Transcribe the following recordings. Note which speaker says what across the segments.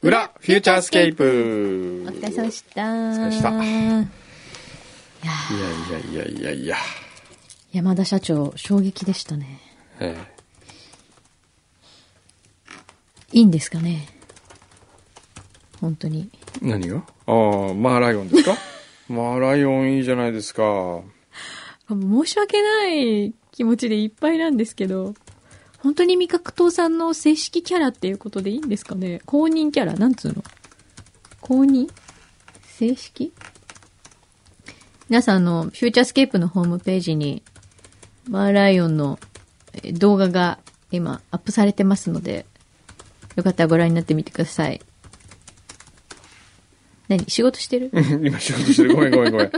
Speaker 1: フューチャースケープ
Speaker 2: お疲れ様でした。お
Speaker 1: 疲れでした
Speaker 2: した。
Speaker 1: いやいやいやいやいや、
Speaker 2: 山田社長、衝撃でしたね。
Speaker 1: え
Speaker 2: いいんですかね本当に。
Speaker 1: え何がああマーライオン ですかマーライオンいいじゃないですか
Speaker 2: 申し訳ない気持ちでいっぱいなんですけど、本当に味覚糖さんの正式キャラっていうことでいいんですかね公認キャラなんつうの公認正式皆さん、あの、フューチャースケープのホームページに、マーライオンのえー動画が今アップされてますので、よかったらご覧になってみてください。何仕事してる
Speaker 1: うん今仕事してるごめんごめんごめん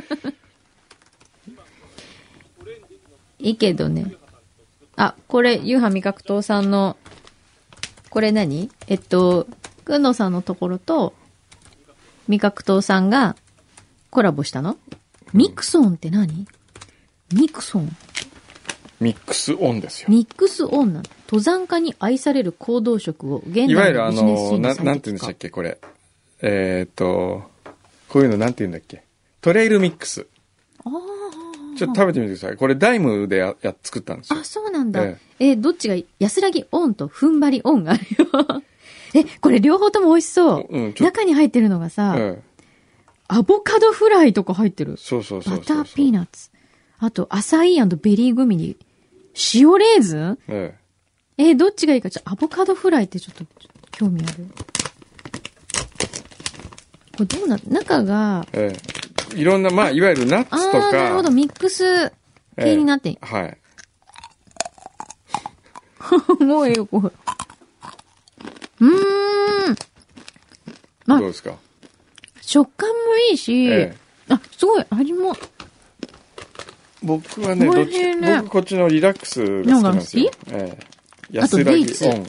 Speaker 2: いいけどね。あ、これ、ゆうは味覚糖さんの、これ何えっと、くんのさんのところと、味覚糖さんがコラボしたのミクソンって何ミクソン
Speaker 1: ミックスオンですよ
Speaker 2: ミックスオンなの登山家に愛される行動食を現代
Speaker 1: いわゆるあ
Speaker 2: ビジネスシ
Speaker 1: の
Speaker 2: ーンに
Speaker 1: な
Speaker 2: 最適化
Speaker 1: なんて言うんでしたっけこれえーっとこういうのなんて言うんだっけトレイルミックス
Speaker 2: あ
Speaker 1: ちょっと食べてみてくださいこれダイムでやや作ったんです
Speaker 2: ー
Speaker 1: よ
Speaker 2: あ、そうなんだ。
Speaker 1: え
Speaker 2: えどっちが安らぎオンと踏ん張りオンがあるよ。 え、これ両方とも美味しそう。
Speaker 1: うんちょっと
Speaker 2: 中に入ってるのがさ、
Speaker 1: ええ
Speaker 2: アボカドフライとか入ってる。
Speaker 1: そうそうそうそ
Speaker 2: バ
Speaker 1: う
Speaker 2: ターピーナッツ。あと、アサイーベリーグミに、塩レーズン
Speaker 1: ええ
Speaker 2: えーどっちがいいか。ちょアボカドフライってちょっと、ちょっと興味ある。これどうな、中が、
Speaker 1: ええいろんなまあいわゆるナッ
Speaker 2: あ
Speaker 1: ツとか
Speaker 2: ー、なるほど、ミックス系になってん、
Speaker 1: ええはい
Speaker 2: もうええよ、これ。うーん。まあ
Speaker 1: どうですか
Speaker 2: 食感もいいし、
Speaker 1: ええ
Speaker 2: あ、すごい、味も、
Speaker 1: 僕はね、
Speaker 2: こ
Speaker 1: ど
Speaker 2: の
Speaker 1: っち
Speaker 2: 辺ね
Speaker 1: 僕こっちのリラックスが好きなんですよ
Speaker 2: の。
Speaker 1: ええ
Speaker 2: あと
Speaker 1: 安らぎ
Speaker 2: デーツ
Speaker 1: オン。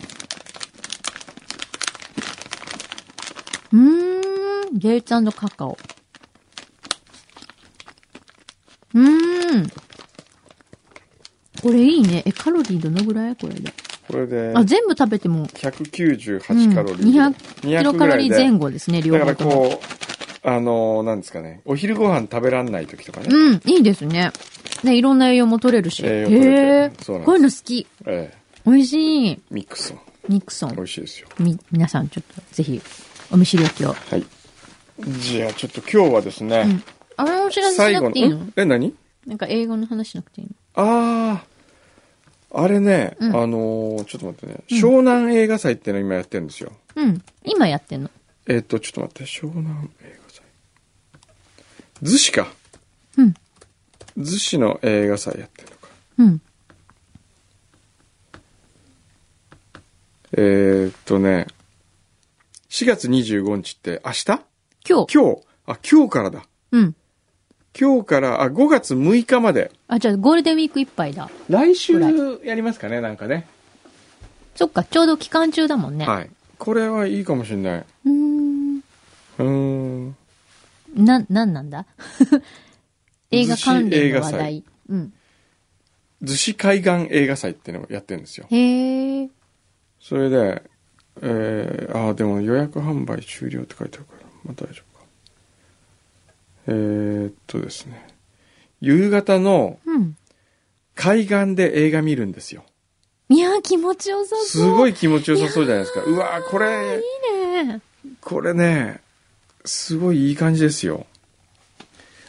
Speaker 2: うーん、デーツカカオ。うーん。これいいね。え、カロリーどのぐらいこれで。
Speaker 1: これで
Speaker 2: あ、全部食べても、
Speaker 1: 198カロリー。
Speaker 2: うん200キロカロリー前後ですね、
Speaker 1: ぐ
Speaker 2: 両
Speaker 1: らいで。だ
Speaker 2: 方
Speaker 1: か
Speaker 2: と
Speaker 1: ら
Speaker 2: も。
Speaker 1: こう、あのー、なんですかね、お昼ご飯食べらんない時とかね。
Speaker 2: うん、いいですね。ね、いろんな栄養も取れるし。
Speaker 1: 栄養取れて
Speaker 2: へー
Speaker 1: そうなんです
Speaker 2: こういうの好き。
Speaker 1: ええ
Speaker 2: 美味しい。
Speaker 1: ミックスも
Speaker 2: ニクソ
Speaker 1: 美
Speaker 2: ン。
Speaker 1: 味しいですよ。
Speaker 2: み、皆さんちょっと、ぜひ、お見知りおきを。
Speaker 1: はい。じゃあちょっと今日はですね、
Speaker 2: あれお知らせし
Speaker 1: 最
Speaker 2: な
Speaker 1: 後
Speaker 2: くていいの
Speaker 1: の、んえ、何
Speaker 2: なんか英語の話しなくていいの
Speaker 1: ああ、あれね、あ
Speaker 2: ん
Speaker 1: のー、ちょっと待ってね、湘南映画祭っていうの今やってるんですよ。
Speaker 2: うん。今やってんの。
Speaker 1: えっ、と、ちょっと待って、湘南映画祭。逗子か。
Speaker 2: うん。
Speaker 1: 逗子の映画祭やってるのか。
Speaker 2: うん。
Speaker 1: えーっとね、4月25日って明日今
Speaker 2: 今日。
Speaker 1: 日あ、今日からだ。
Speaker 2: うん。
Speaker 1: 今日から、あ、5月6日まで。
Speaker 2: あ、じゃあゴールデンウィークいっぱいだ。
Speaker 1: 来週
Speaker 2: ぐら
Speaker 1: やりますかね、なんかね。
Speaker 2: そっか、ちょうど期間中だもんね。
Speaker 1: はい。これはいいかもしれない。
Speaker 2: うーん。
Speaker 1: うーん。
Speaker 2: な、なんなんだ 映画関連の話
Speaker 1: 逗子映
Speaker 2: 題。うん。
Speaker 1: 逗子海岸映画祭っていうのをやってるんですよ。
Speaker 2: へえ。
Speaker 1: それで、えー、あーでも予約販売終了って書いてあるから、まあ大丈夫か。えー、っとですね。夕方の
Speaker 2: うん。
Speaker 1: 海岸で映画見るんですよ。
Speaker 2: いやー、気持ちよさそう。
Speaker 1: すごい気持ちよさそうじゃないですか。うわーこれ、
Speaker 2: いいね。
Speaker 1: これね、すごいいい感じですよ。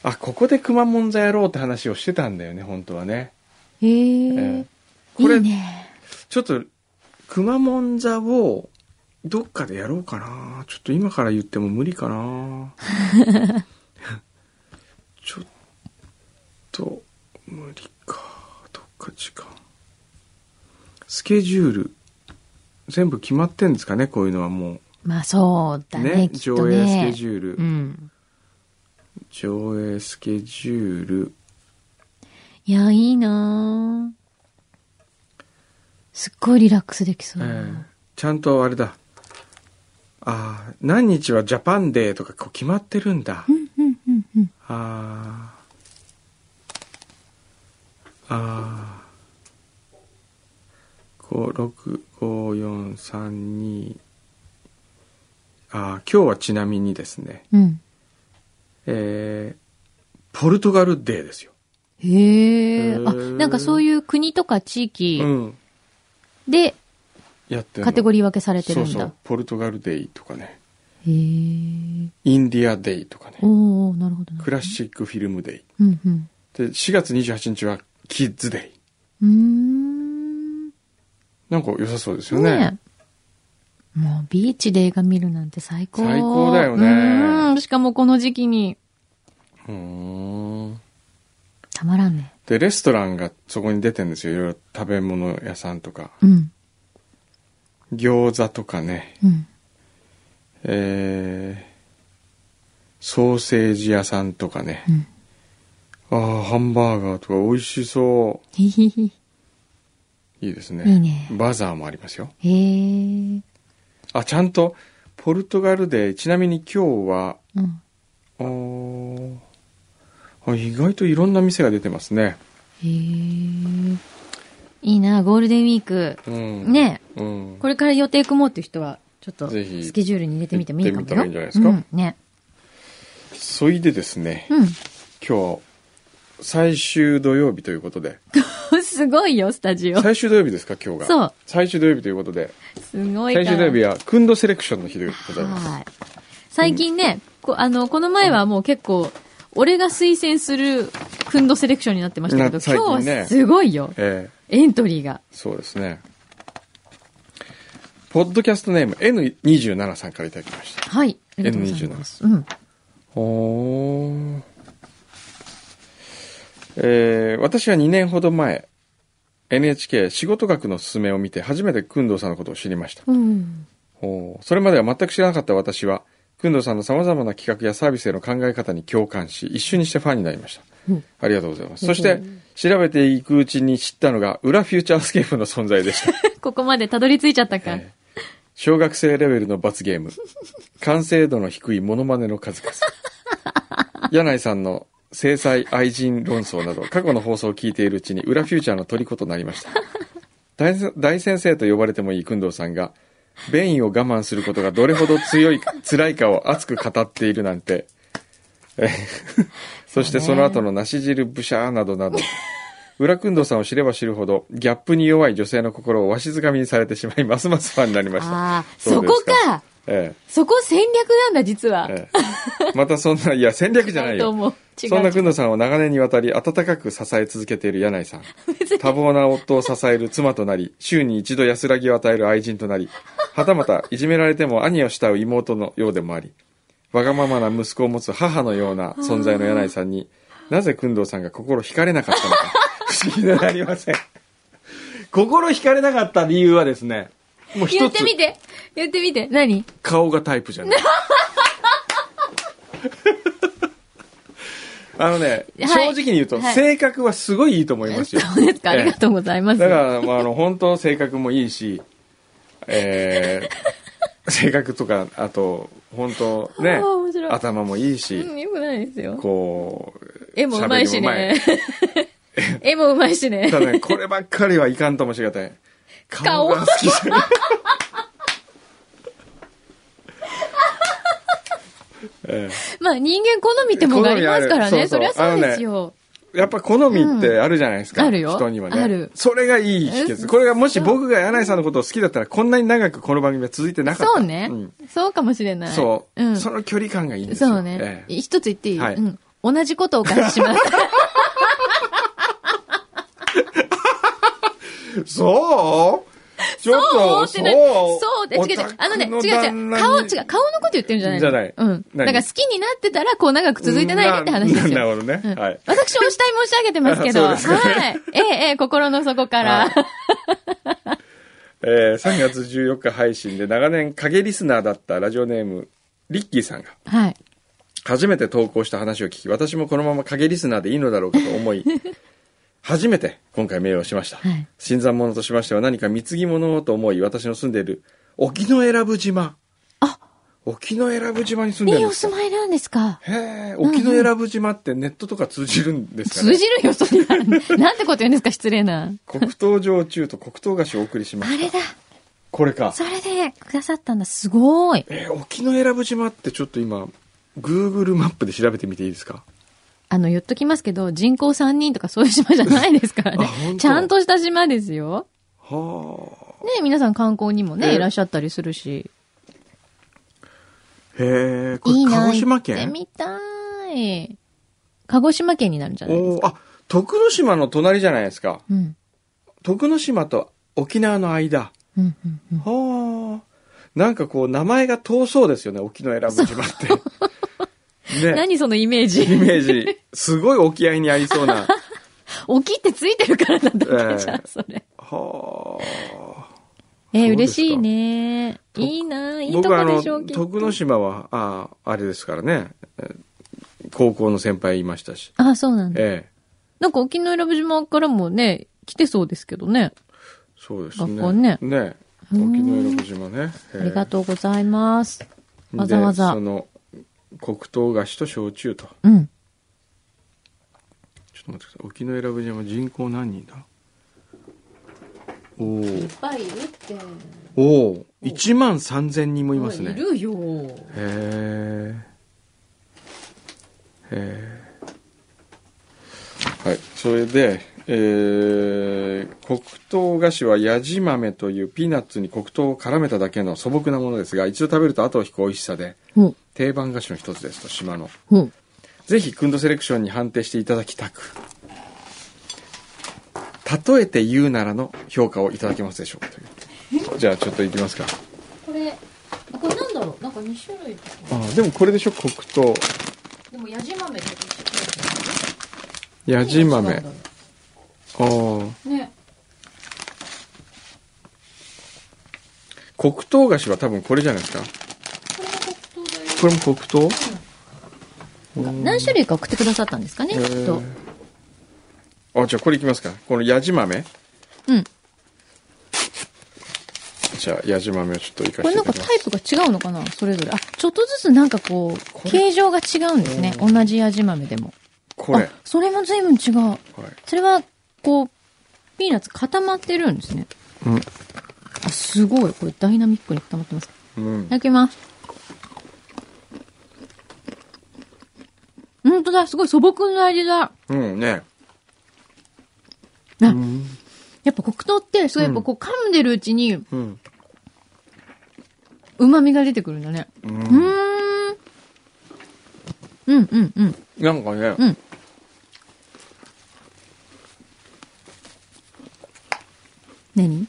Speaker 1: あ、ここで熊門座やろうって話をしてたんだよね、本当はね。
Speaker 2: へ
Speaker 1: え
Speaker 2: え
Speaker 1: ー。これ
Speaker 2: いいね。
Speaker 1: ちょっと、熊門座を、どっかでやろうかな。ちょっと今から言っても無理か な。ちょっと、無理か。どっか時間。スケジュール、全部決まってんですかね、こういうのはも
Speaker 2: まあそう
Speaker 1: う。
Speaker 2: だね、きっと
Speaker 1: 上映スケ
Speaker 2: ね。
Speaker 1: ジュール。
Speaker 2: うん。
Speaker 1: 上映スケジュール。
Speaker 2: いや、いいなーすっごいリラックスできそう。
Speaker 1: ええちゃんとあれだ。ああ、何日はジャパンデーとかこう決まってるんだ。
Speaker 2: うんうんうんうん。
Speaker 1: あーあー。5、6、5、4、3、2。あー今日はちなみにですね、
Speaker 2: うん。
Speaker 1: えーポルトガルデーですよ。
Speaker 2: へえ
Speaker 1: へ。ー
Speaker 2: あ、なんかそういう国とか
Speaker 1: う
Speaker 2: 地域
Speaker 1: ん。
Speaker 2: で
Speaker 1: やって
Speaker 2: カテゴ
Speaker 1: リ
Speaker 2: リー分けされてるん
Speaker 1: そうそ
Speaker 2: だ
Speaker 1: う。。ポルトガルデイとかね、
Speaker 2: へえ。
Speaker 1: インディアデイとかね、
Speaker 2: おおなるほどなるほど。
Speaker 1: クラシックフィルムデイ。
Speaker 2: うんうん。
Speaker 1: で、4月28日はキッズデイ。
Speaker 2: うーん。
Speaker 1: なんか良さそうですよね。
Speaker 2: ねえもうビーチで映画見るなんて最高。
Speaker 1: 最高だよね
Speaker 2: うん。しかもこの時期に
Speaker 1: うーん。
Speaker 2: たまらんね。
Speaker 1: で、レストランがそこに出てんですよ。いろいろ食べ物屋さんとか。
Speaker 2: うん。
Speaker 1: 餃子とかね、
Speaker 2: うん。
Speaker 1: えー、ソーセージ屋さんとかね。
Speaker 2: うん。
Speaker 1: ああ、ハンバーガーとか美味しそ
Speaker 2: ひひひ。
Speaker 1: う。いいですね。
Speaker 2: いいね
Speaker 1: バザーもありますよ。
Speaker 2: へえ。
Speaker 1: あ、ちゃんと、ポルトガルで、ちなみに今日は、
Speaker 2: うん。
Speaker 1: あーあ意外といろんな店が出てますね。
Speaker 2: へえ。いいな、ゴールデンウィーク。
Speaker 1: うん。
Speaker 2: ねえ。
Speaker 1: うん。
Speaker 2: これから予定組もうっていう人は、ちょっと、
Speaker 1: ぜひ
Speaker 2: スケジュールに入れてみてもいいかもよ。
Speaker 1: 行ってみたらいいんじゃないですか
Speaker 2: うん、ね。
Speaker 1: そいでですね、
Speaker 2: う
Speaker 1: 今日、最終土曜日ということで。
Speaker 2: ん。すごいよ、スタジオ。
Speaker 1: 最終土曜日ですか、今日が。
Speaker 2: そう。
Speaker 1: 最終土曜日ということで、
Speaker 2: すごいから
Speaker 1: 最終土曜日は、クンドセレクションの日でございます。
Speaker 2: はい。最近ね、こあの、この前はもう結構、俺が推薦する、クンドセレクションになってましたけど、
Speaker 1: な最
Speaker 2: 今
Speaker 1: 近ね
Speaker 2: 日はすごいよ。
Speaker 1: え
Speaker 2: エントリーが。
Speaker 1: ーそうですね。ポッドキャストネーム N27 さんからいただきました。
Speaker 2: はい。ありがとうございます。うん。
Speaker 1: おーえー私は2年ほど前、NHK 仕事学の勧めを見て初めて工藤さんのことを知りました。
Speaker 2: うん。
Speaker 1: おーそれまでは全く知らなかった私は、工藤さんの様々な企画やサービスへの考え方に共感し、一緒にしてファンになりました。
Speaker 2: うん
Speaker 1: ありがとうございます。そし
Speaker 2: う
Speaker 1: て、調べていくうちに知ったのが、裏フューチャースケープの存在でした。
Speaker 2: ここまでたどり着いちゃったか。
Speaker 1: えー小学生レベルの罰ゲーム。完成度の低いモノマネの数々。柳井さんの制裁愛人論争など、過去の放送を聞いているうちに裏フューチャーの虜となりました。大せ大先生と呼ばれてもいい工藤さんが、便意を我慢することがどれほど強いか、辛いかを熱く語っているなんて。えーそしてその後の梨汁ブシャーなどなど。裏くんどさんを知れば知るほど、ギャップに弱い女性の心をわしづかみにされてしまい、ますますファンになりました。
Speaker 2: ああ、
Speaker 1: そ
Speaker 2: そう
Speaker 1: です
Speaker 2: こか。
Speaker 1: え
Speaker 2: そこ戦略なんだ、実は
Speaker 1: え、。ええ。またそんな、いや、戦略じゃない
Speaker 2: と
Speaker 1: よ。
Speaker 2: 思う。違う。
Speaker 1: そんなくんどさんを長年にわたり温かく支え続けている柳井さん。多忙な夫を支える妻となり、週に一度安らぎを与える愛人となり、はたまたいじめられても兄を慕う妹のようでもあり、わがままな息子を持つ母のような存在の柳井さんに、なぜくんどさんが心惹かれなかったの か、不思議でなりません。心惹かれなかった理由はですね、もう一
Speaker 2: 言っ
Speaker 1: つ
Speaker 2: て、みて。言ってみて。何
Speaker 1: 顔がタイプじゃ ない。あのね、
Speaker 2: はい
Speaker 1: 正直に言うと、
Speaker 2: はい
Speaker 1: 性格はすごいいいと思いますよ。
Speaker 2: そうですか。ありがとうございます。
Speaker 1: だから、まあ、あの、本当、性格もいいし、えー 性格とか、あと、本当、
Speaker 2: あ
Speaker 1: ね
Speaker 2: ー面白い、
Speaker 1: 頭もいいし
Speaker 2: う、ん、よくないですよ。
Speaker 1: こ
Speaker 2: 絵もうまいしね。 絵もうまいしね
Speaker 1: う、。ただね、こればっかりはいかんともしれない。顔が好きじゃない。え
Speaker 2: まあ人間好みってもんがありますからね。
Speaker 1: 好
Speaker 2: そ
Speaker 1: み
Speaker 2: り
Speaker 1: ある
Speaker 2: ゃ
Speaker 1: そうそう
Speaker 2: そうですよ。
Speaker 1: えやっぱ好みってあるじゃないですか。
Speaker 2: うんあるよ
Speaker 1: 人にはね。
Speaker 2: ある
Speaker 1: それがいい秘
Speaker 2: う
Speaker 1: 訣。
Speaker 2: ん
Speaker 1: これがもし僕が柳井さんのことを好きだったら、こんなに長くこの番組は続いてなかった。
Speaker 2: そうね、
Speaker 1: ん
Speaker 2: そうかもしれない。
Speaker 1: そう、
Speaker 2: うん。
Speaker 1: その距離感がいいんですよ。
Speaker 2: そうね、
Speaker 1: ええ
Speaker 2: 一つ言っていい、
Speaker 1: はい
Speaker 2: うん。同じことをお返しします。
Speaker 1: そうちょっ
Speaker 2: そう思
Speaker 1: と、
Speaker 2: ってない。そうで、違う違う。あのね、違う違う。顔、違う。。顔のこと言ってるんじゃないの
Speaker 1: じゃない
Speaker 2: うん。だ
Speaker 1: 何
Speaker 2: から好きになってたら、こう長く続いてないねって話ですよ。
Speaker 1: ななるほどね
Speaker 2: うん
Speaker 1: はい
Speaker 2: 私、お慕い申し上げてますけど。
Speaker 1: そうですかね
Speaker 2: はい。ええ、ええ、心の底から。
Speaker 1: はえー3月14日配信で長年影リスナーだったラジオネーム、リッキーさんが、
Speaker 2: はい。
Speaker 1: 初めて投稿した話を聞き、私もこのまま影リスナーでいいのだろうかと思 い、初めて今回メールをしました。
Speaker 2: はい
Speaker 1: 新参者としましては何か貢ぎ物をと思い、私の住んでいる沖永良部島。
Speaker 2: あ
Speaker 1: 沖永良部島に住んでる
Speaker 2: い
Speaker 1: ん
Speaker 2: い
Speaker 1: で
Speaker 2: お
Speaker 1: すか
Speaker 2: 住まいなんですか。
Speaker 1: へえ、沖永良部島ってネットとか通じるんですかね
Speaker 2: 通じるよ、そん な。なんてこと言うんですか、失礼な。
Speaker 1: 黒糖焼酎と黒糖菓子をお送りしま
Speaker 2: あ
Speaker 1: し
Speaker 2: れ
Speaker 1: た。
Speaker 2: だ。
Speaker 1: これか。
Speaker 2: それでくださったんだ。すごい。
Speaker 1: えー沖永良部島ってちょっと今、Google マップで調べてみていいですか
Speaker 2: あの、言っときますけど、人口3人とかそういう島じゃないですから
Speaker 1: あ本
Speaker 2: ね。
Speaker 1: 当
Speaker 2: ちゃんとした島ですよ。
Speaker 1: はあ。
Speaker 2: ね皆さん観光にもね、
Speaker 1: え
Speaker 2: いらっしゃったりするし。
Speaker 1: へえ、これ
Speaker 2: いいな
Speaker 1: 鹿児島
Speaker 2: 行って
Speaker 1: 県
Speaker 2: みたい。鹿児島県になるんじゃないです
Speaker 1: おーあ、徳之島の隣じゃないですか。
Speaker 2: か。うん。
Speaker 1: 徳之島と沖縄の間。
Speaker 2: うん、うん、うん。
Speaker 1: はあ。なんかこう、名前が遠そうですよね、沖永良部島 って。ね。
Speaker 2: 何そのイメージ。
Speaker 1: イメージ、すごい沖合にありそうな。
Speaker 2: 起きってついてるからなんだっけ、
Speaker 1: ええ
Speaker 2: じゃあ、それ。
Speaker 1: はあ。
Speaker 2: え
Speaker 1: そうです
Speaker 2: ー、
Speaker 1: か
Speaker 2: 嬉しいね。
Speaker 1: と
Speaker 2: いいな、いいと
Speaker 1: 僕はあ
Speaker 2: こで
Speaker 1: の
Speaker 2: しょう、きっと
Speaker 1: 徳之島はああれですからねえー高校の先輩いましたし、
Speaker 2: あ、そうなんだ。
Speaker 1: ええ、
Speaker 2: なんか沖永良部島からもね、来てそうですけどね。
Speaker 1: そうですね
Speaker 2: 学校ね
Speaker 1: ね
Speaker 2: う
Speaker 1: 沖
Speaker 2: ん
Speaker 1: 永良部島ね
Speaker 2: ありが
Speaker 1: う
Speaker 2: とうございます。わざわざ
Speaker 1: その黒糖菓子と焼酎と
Speaker 2: うん。
Speaker 1: ちょっと待ってください沖永良部島人口何人だお
Speaker 2: い
Speaker 1: ー
Speaker 2: ぱいいるって。
Speaker 1: おお1万3000人もいますねへ
Speaker 2: るよ。
Speaker 1: えへえはいそれでえー黒糖菓子はやじ豆というピーナッツに黒糖を絡めただけの素朴なものですが一度食べると後を引く美味しさで
Speaker 2: ほう、
Speaker 1: 定番菓子の一つですと島の
Speaker 2: ほう。
Speaker 1: ぜひクンドセレクションに判定していただきたく例えて言うならの評価をいただけますでしょうかという じゃあちょっといきますか
Speaker 2: これ、これなんだろうなんか2種類です
Speaker 1: あーでもこれでしょ黒糖
Speaker 2: でも、やじ豆と
Speaker 1: やじ豆あ。あー
Speaker 2: ね。
Speaker 1: 黒糖菓子は多分これじゃないですか
Speaker 2: これが黒糖だよ。
Speaker 1: これも黒糖
Speaker 2: 何種類か送ってくださったんですかね、
Speaker 1: え
Speaker 2: きっと。
Speaker 1: あじゃあこれいきますかこのやじ豆
Speaker 2: うん。
Speaker 1: じゃあやじ豆をちょっといか
Speaker 2: こ
Speaker 1: せ
Speaker 2: れ
Speaker 1: て
Speaker 2: な
Speaker 1: いた
Speaker 2: ん
Speaker 1: だ
Speaker 2: か
Speaker 1: きま
Speaker 2: タイ
Speaker 1: す
Speaker 2: プが違うのかなそれぞれ。あ、ちょっとずつなんかこう、形状が違うんですね。同じ味豆でも。
Speaker 1: これ
Speaker 2: あ、それも随分違う。
Speaker 1: これ
Speaker 2: それは、こう、ピーナッツ固まってるんですね。あ、すごい。これダイナミックに固まってます。
Speaker 1: う
Speaker 2: い
Speaker 1: ん、うん
Speaker 2: ただきます。本当だ、すごい素朴な味だ。
Speaker 1: うんね。う
Speaker 2: あ
Speaker 1: ん。
Speaker 2: やっぱ黒糖って、すごいやっぱこう噛んでるうちに
Speaker 1: うん。
Speaker 2: 旨味が出てくるんだね。うーん。うんうんうん。
Speaker 1: なんかね、
Speaker 2: うん。何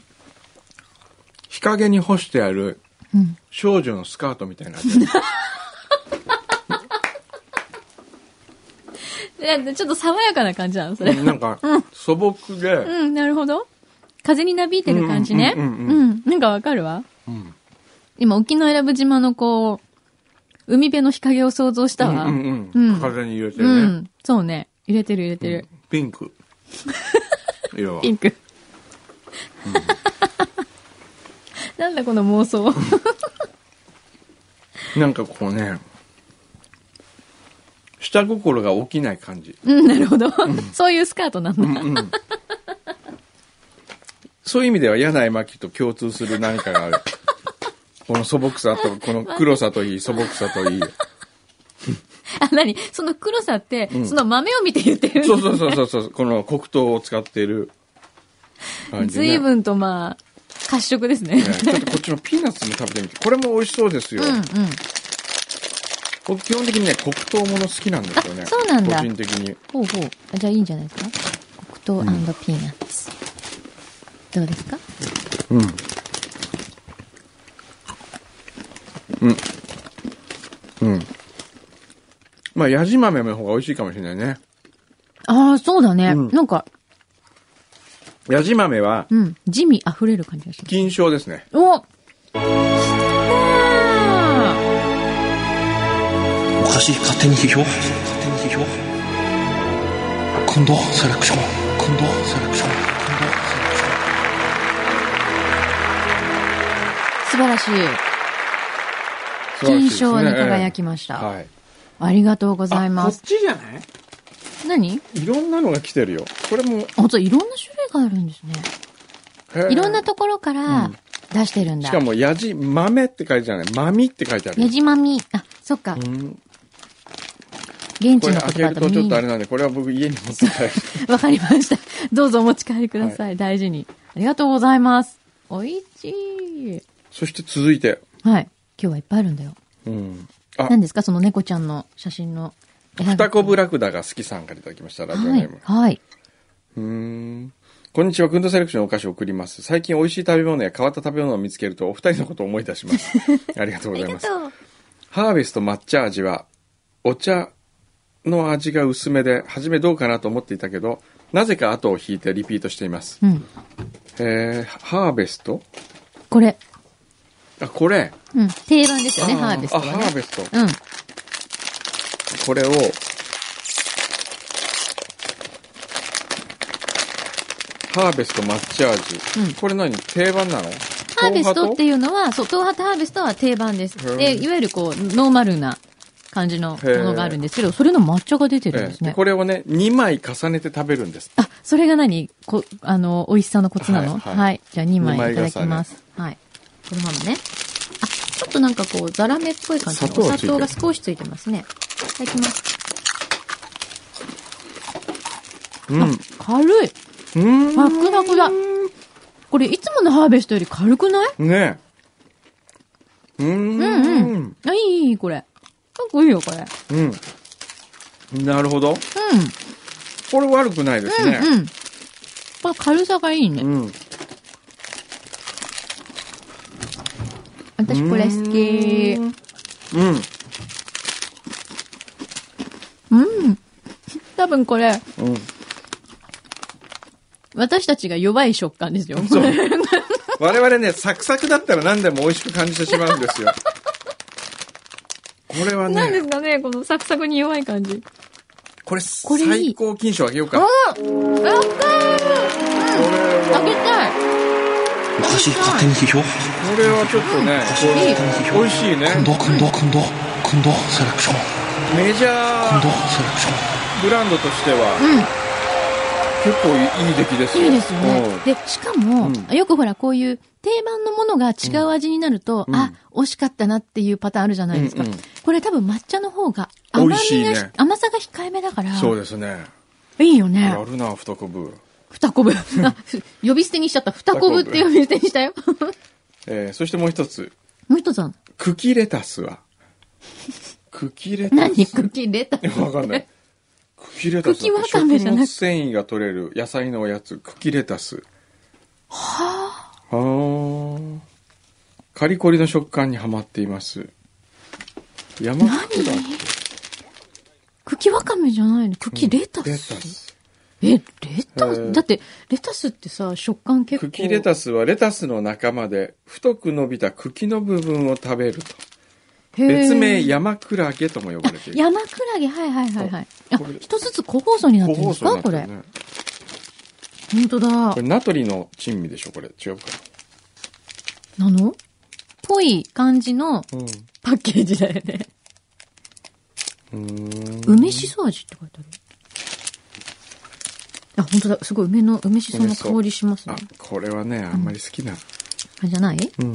Speaker 1: 日陰に干してある
Speaker 2: うん。
Speaker 1: 少女のスカートみたいな味。
Speaker 2: えちょっと爽やかな感じなのそれ。
Speaker 1: なんか、素朴で、
Speaker 2: うん、なるほど。風になびいてる感じね。
Speaker 1: う
Speaker 2: うんん
Speaker 1: うんうん
Speaker 2: なんかわかるわ。
Speaker 1: うん。
Speaker 2: 今、沖永良部島のこう、海辺の日陰を想像し
Speaker 1: う
Speaker 2: たわ。うん。
Speaker 1: んうんう。
Speaker 2: うんん
Speaker 1: 風に揺れてるね。
Speaker 2: そうね。入れてる入れてる。
Speaker 1: ピン ク。色は。
Speaker 2: ピンク。なんだこの妄想。
Speaker 1: なんかこうね、下心が起きない感じ。
Speaker 2: うん、なるほど。そういうスカートなんだ。
Speaker 1: うん。そういう意味では、柳井真紀と共通する何か がある。この素朴さと、この黒さ といい、素朴さといい。
Speaker 2: あ、何その黒さって、その豆を見て言ってる
Speaker 1: そうそうそうそうそう、この黒糖を使っている感じ、ね。
Speaker 2: 随分とまあ、褐色ですね。
Speaker 1: ねちょっとこっちのピーナッツも食べてみて。これも美味しそうですよ。
Speaker 2: うんうん。
Speaker 1: 僕基本的にね、黒糖もの好きなんですよね。
Speaker 2: あそうなんだ
Speaker 1: 個人的に。
Speaker 2: ほうほう。あじゃあいいんじゃないですか黒糖ピーナッツ。どうですか
Speaker 1: うん。まあ、やじ豆の方が美味しいかもしれないね。
Speaker 2: ああ、そうだね。
Speaker 1: うん
Speaker 2: なんか、
Speaker 1: やじ豆は、
Speaker 2: うん。地味溢れる感じがします。
Speaker 1: 金賞ですね。
Speaker 2: おき
Speaker 3: おかしい勝手に批評勝手に批評今度セレクション今度セレクション今度セレクション
Speaker 2: 素晴ら
Speaker 1: 素晴ら
Speaker 2: しい。
Speaker 1: しいですね
Speaker 2: 金賞に輝きました
Speaker 1: はい。
Speaker 2: ありがとうございま
Speaker 1: こ
Speaker 2: す
Speaker 1: っ。ちじゃない
Speaker 2: 何
Speaker 1: いろんなのが来てるよ。これも、
Speaker 2: あ、そう、いろんな種類があるんですね。
Speaker 1: へー
Speaker 2: いろんなところから、出してるん
Speaker 1: し
Speaker 2: だ
Speaker 1: か。も、やじ豆って書いてあるね。まみって書いてある。
Speaker 2: やじまみ。あ、そっか。
Speaker 1: うん
Speaker 2: 現
Speaker 1: こ
Speaker 2: 地
Speaker 1: れ
Speaker 2: の
Speaker 1: 開け
Speaker 2: 言葉
Speaker 1: ると
Speaker 2: と
Speaker 1: ちょっ
Speaker 2: 耳
Speaker 1: とあ
Speaker 2: わ
Speaker 1: れなんで、これは僕家に持って帰る。
Speaker 2: かりました。どうぞお持ち帰りください。大事に。ありがとうございます。おいしい。
Speaker 1: そして続いて。
Speaker 2: はい。今日はいっぱいあるんだよ。
Speaker 1: うん。あ、
Speaker 2: 何ですかその猫ちゃんの写真の。
Speaker 1: 二コブ
Speaker 2: ラ
Speaker 1: ラクダが好きさんからいただきました、ラジオ
Speaker 2: は
Speaker 1: ネー
Speaker 2: い
Speaker 1: ム。。
Speaker 2: はい。
Speaker 1: うーん。こんにちは、くんどセレクションのお菓子を送ります。最近美味しい食べ物や変わった食べ物を見つけると、お二人のことを思い出し ます。ありがとうございます。
Speaker 2: とう。
Speaker 1: ハーベスト抹茶味は、お茶の味が薄めで、初めどうかなと思っていたけど、なぜか後を引いてリピートしています。
Speaker 2: うん。
Speaker 1: えー、ハーベスト
Speaker 2: これ。
Speaker 1: あ、これ。
Speaker 2: うん。定番ですよね、
Speaker 1: あ
Speaker 2: ハーベストはね。
Speaker 1: あ、ハーベスト。
Speaker 2: うん。
Speaker 1: これを、ハーベスト抹茶味。
Speaker 2: うん
Speaker 1: これ何定番なの
Speaker 2: ハーベストって
Speaker 1: う。
Speaker 2: いうのは、そう、東ハとハーベストは定番です。
Speaker 1: へ
Speaker 2: で、
Speaker 1: ー
Speaker 2: いわゆるこう、ノーマルな感じのものがあるんですけど、それの抹茶が出てるん
Speaker 1: え
Speaker 2: です
Speaker 1: え
Speaker 2: ね。
Speaker 1: これをね、2枚重ねて食べるんです。
Speaker 2: あ、それが何こ、あの、美味しさのコツな
Speaker 1: は
Speaker 2: の
Speaker 1: い
Speaker 2: は
Speaker 1: はい
Speaker 2: い、じゃあ2枚
Speaker 1: 二枚
Speaker 2: いただきます。はい。このままね。あ、ちょっとなんかこう、ザラメっぽい感じ
Speaker 1: 砂
Speaker 2: の
Speaker 1: 糖
Speaker 2: お
Speaker 1: がつ
Speaker 2: 砂
Speaker 1: いてる
Speaker 2: 糖が少しついてますね。いただきます。
Speaker 1: うん。うん。
Speaker 2: あ、軽い。パックパクだ。これ、いつものハーベストより軽くない
Speaker 1: ねえ。うーん。
Speaker 2: うんうん。あ、いい、いい、これ。かっこいいよ、これ。
Speaker 1: うん。なるほど。
Speaker 2: うん。
Speaker 1: これ悪くないですね。
Speaker 2: うんうん。これ軽さがいいね。
Speaker 1: うん。
Speaker 2: 私これ好き。
Speaker 1: うん。
Speaker 2: うん。多分これ、
Speaker 1: うん。
Speaker 2: 私たちが弱い食感ですよ。
Speaker 1: そう。我々ね、サクサクだったら何でも美味しく感じてしまうんです よ。これは
Speaker 2: なんで
Speaker 1: ね、
Speaker 2: すかね、このサクサクに弱い感じ。
Speaker 1: これ
Speaker 2: これいい
Speaker 1: 最高金賞あげようか。こ
Speaker 2: あやった
Speaker 1: れ
Speaker 2: ーあ
Speaker 1: は、
Speaker 2: げたい
Speaker 3: おかしい勝手に批評
Speaker 1: これはちょっとね、
Speaker 2: いい
Speaker 1: これ美味しいね。
Speaker 3: 今度今度今度今度セレクション
Speaker 1: メジャ
Speaker 3: 今度
Speaker 1: ー
Speaker 3: セレクション
Speaker 1: ブランドとしては
Speaker 2: う
Speaker 1: 結構いい出来です
Speaker 2: ん。
Speaker 1: よ。
Speaker 2: いいですよね。で、しかも、
Speaker 1: う
Speaker 2: よくほら、こういう定番のものが違う味になると、
Speaker 1: うん
Speaker 2: あ、惜しかったなっていうパターンあるじゃないですか。
Speaker 1: うんうん
Speaker 2: これ多分抹茶の方が
Speaker 1: 美
Speaker 2: 甘み
Speaker 1: 味
Speaker 2: が
Speaker 1: しいね
Speaker 2: 甘さが控えめだから
Speaker 1: うん。、そうですね。
Speaker 2: いいよね。
Speaker 1: やるな、太こぶ。
Speaker 2: 二コブ。あ、ふ 呼び捨てにしちゃった。二コブって呼び捨てにしたよ。
Speaker 1: えーそしてもう一つ。
Speaker 2: もう一つは
Speaker 1: 茎レタスは茎レタス
Speaker 2: 何 茎レタス。
Speaker 1: わかんない。茎レタスだって。
Speaker 2: 茎わかめじゃな
Speaker 1: 食
Speaker 2: く
Speaker 1: 物繊維が取れる野菜のおやつ、茎レタス。はあ。はあ。カリコリの食感にはまっています。山
Speaker 2: 何茎わかめじゃないの茎レタス。
Speaker 1: レタス。
Speaker 2: え、レタ
Speaker 1: へえ
Speaker 2: スだって、レタスってさ、食感結構。
Speaker 1: 茎レタスはレタスの仲間で、太く伸びた茎の部分を食べると。
Speaker 2: へえ
Speaker 1: 別名、山クラゲとも呼ばれている。
Speaker 2: 山クラゲ、はいはいはいはい。あ
Speaker 1: これ、
Speaker 2: 一つずつ個包装になってるん
Speaker 1: 個包
Speaker 2: です
Speaker 1: 装
Speaker 2: か
Speaker 1: に
Speaker 2: こ
Speaker 1: なって
Speaker 2: れ
Speaker 1: る。ね。
Speaker 2: 本当だ
Speaker 1: これ。ナトリの珍味でしょこれ。違うか
Speaker 2: なのぽい感じの
Speaker 1: な。うん。
Speaker 2: パッケージだよね。
Speaker 1: うーん
Speaker 2: 梅しそ味って書いてある。あ、本当だ。すごい梅の、梅しその香りしますね
Speaker 1: あ。、これはね、あんまり好きな。
Speaker 2: あれじゃない
Speaker 1: うん。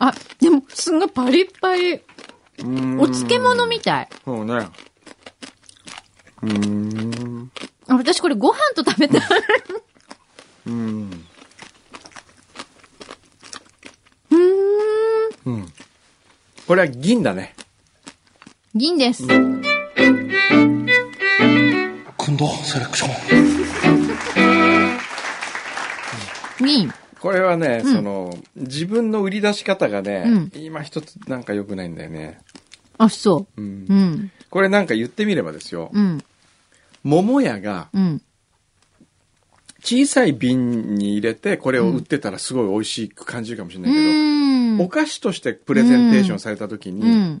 Speaker 2: あ、でも、すごいパリッパリ。
Speaker 1: うん
Speaker 2: お漬物みたい。
Speaker 1: そうね。うーん。
Speaker 2: あ、私これご飯と食べたい。
Speaker 1: うん。
Speaker 2: うー
Speaker 1: う
Speaker 2: ん。
Speaker 1: ん。これは銀だね。
Speaker 2: 銀です。
Speaker 3: 今度セレクション
Speaker 2: 銀。
Speaker 1: これはね、
Speaker 2: うん
Speaker 1: その、自分の売り出し方がね、
Speaker 2: うん
Speaker 1: 今一つなんか良くないんだよね。
Speaker 2: あ、そうう。
Speaker 1: ん
Speaker 2: う。ん。
Speaker 1: これなんか言ってみればですよ。
Speaker 2: うん。
Speaker 1: 桃屋が
Speaker 2: うん。
Speaker 1: 小さい瓶に入れてこれを売ってたらすごい美味しく感じるかもしれ
Speaker 2: う
Speaker 1: ないけど、
Speaker 2: ー
Speaker 1: お
Speaker 2: ん。
Speaker 1: 菓子としてプレゼンテーションされた時に、
Speaker 2: うん。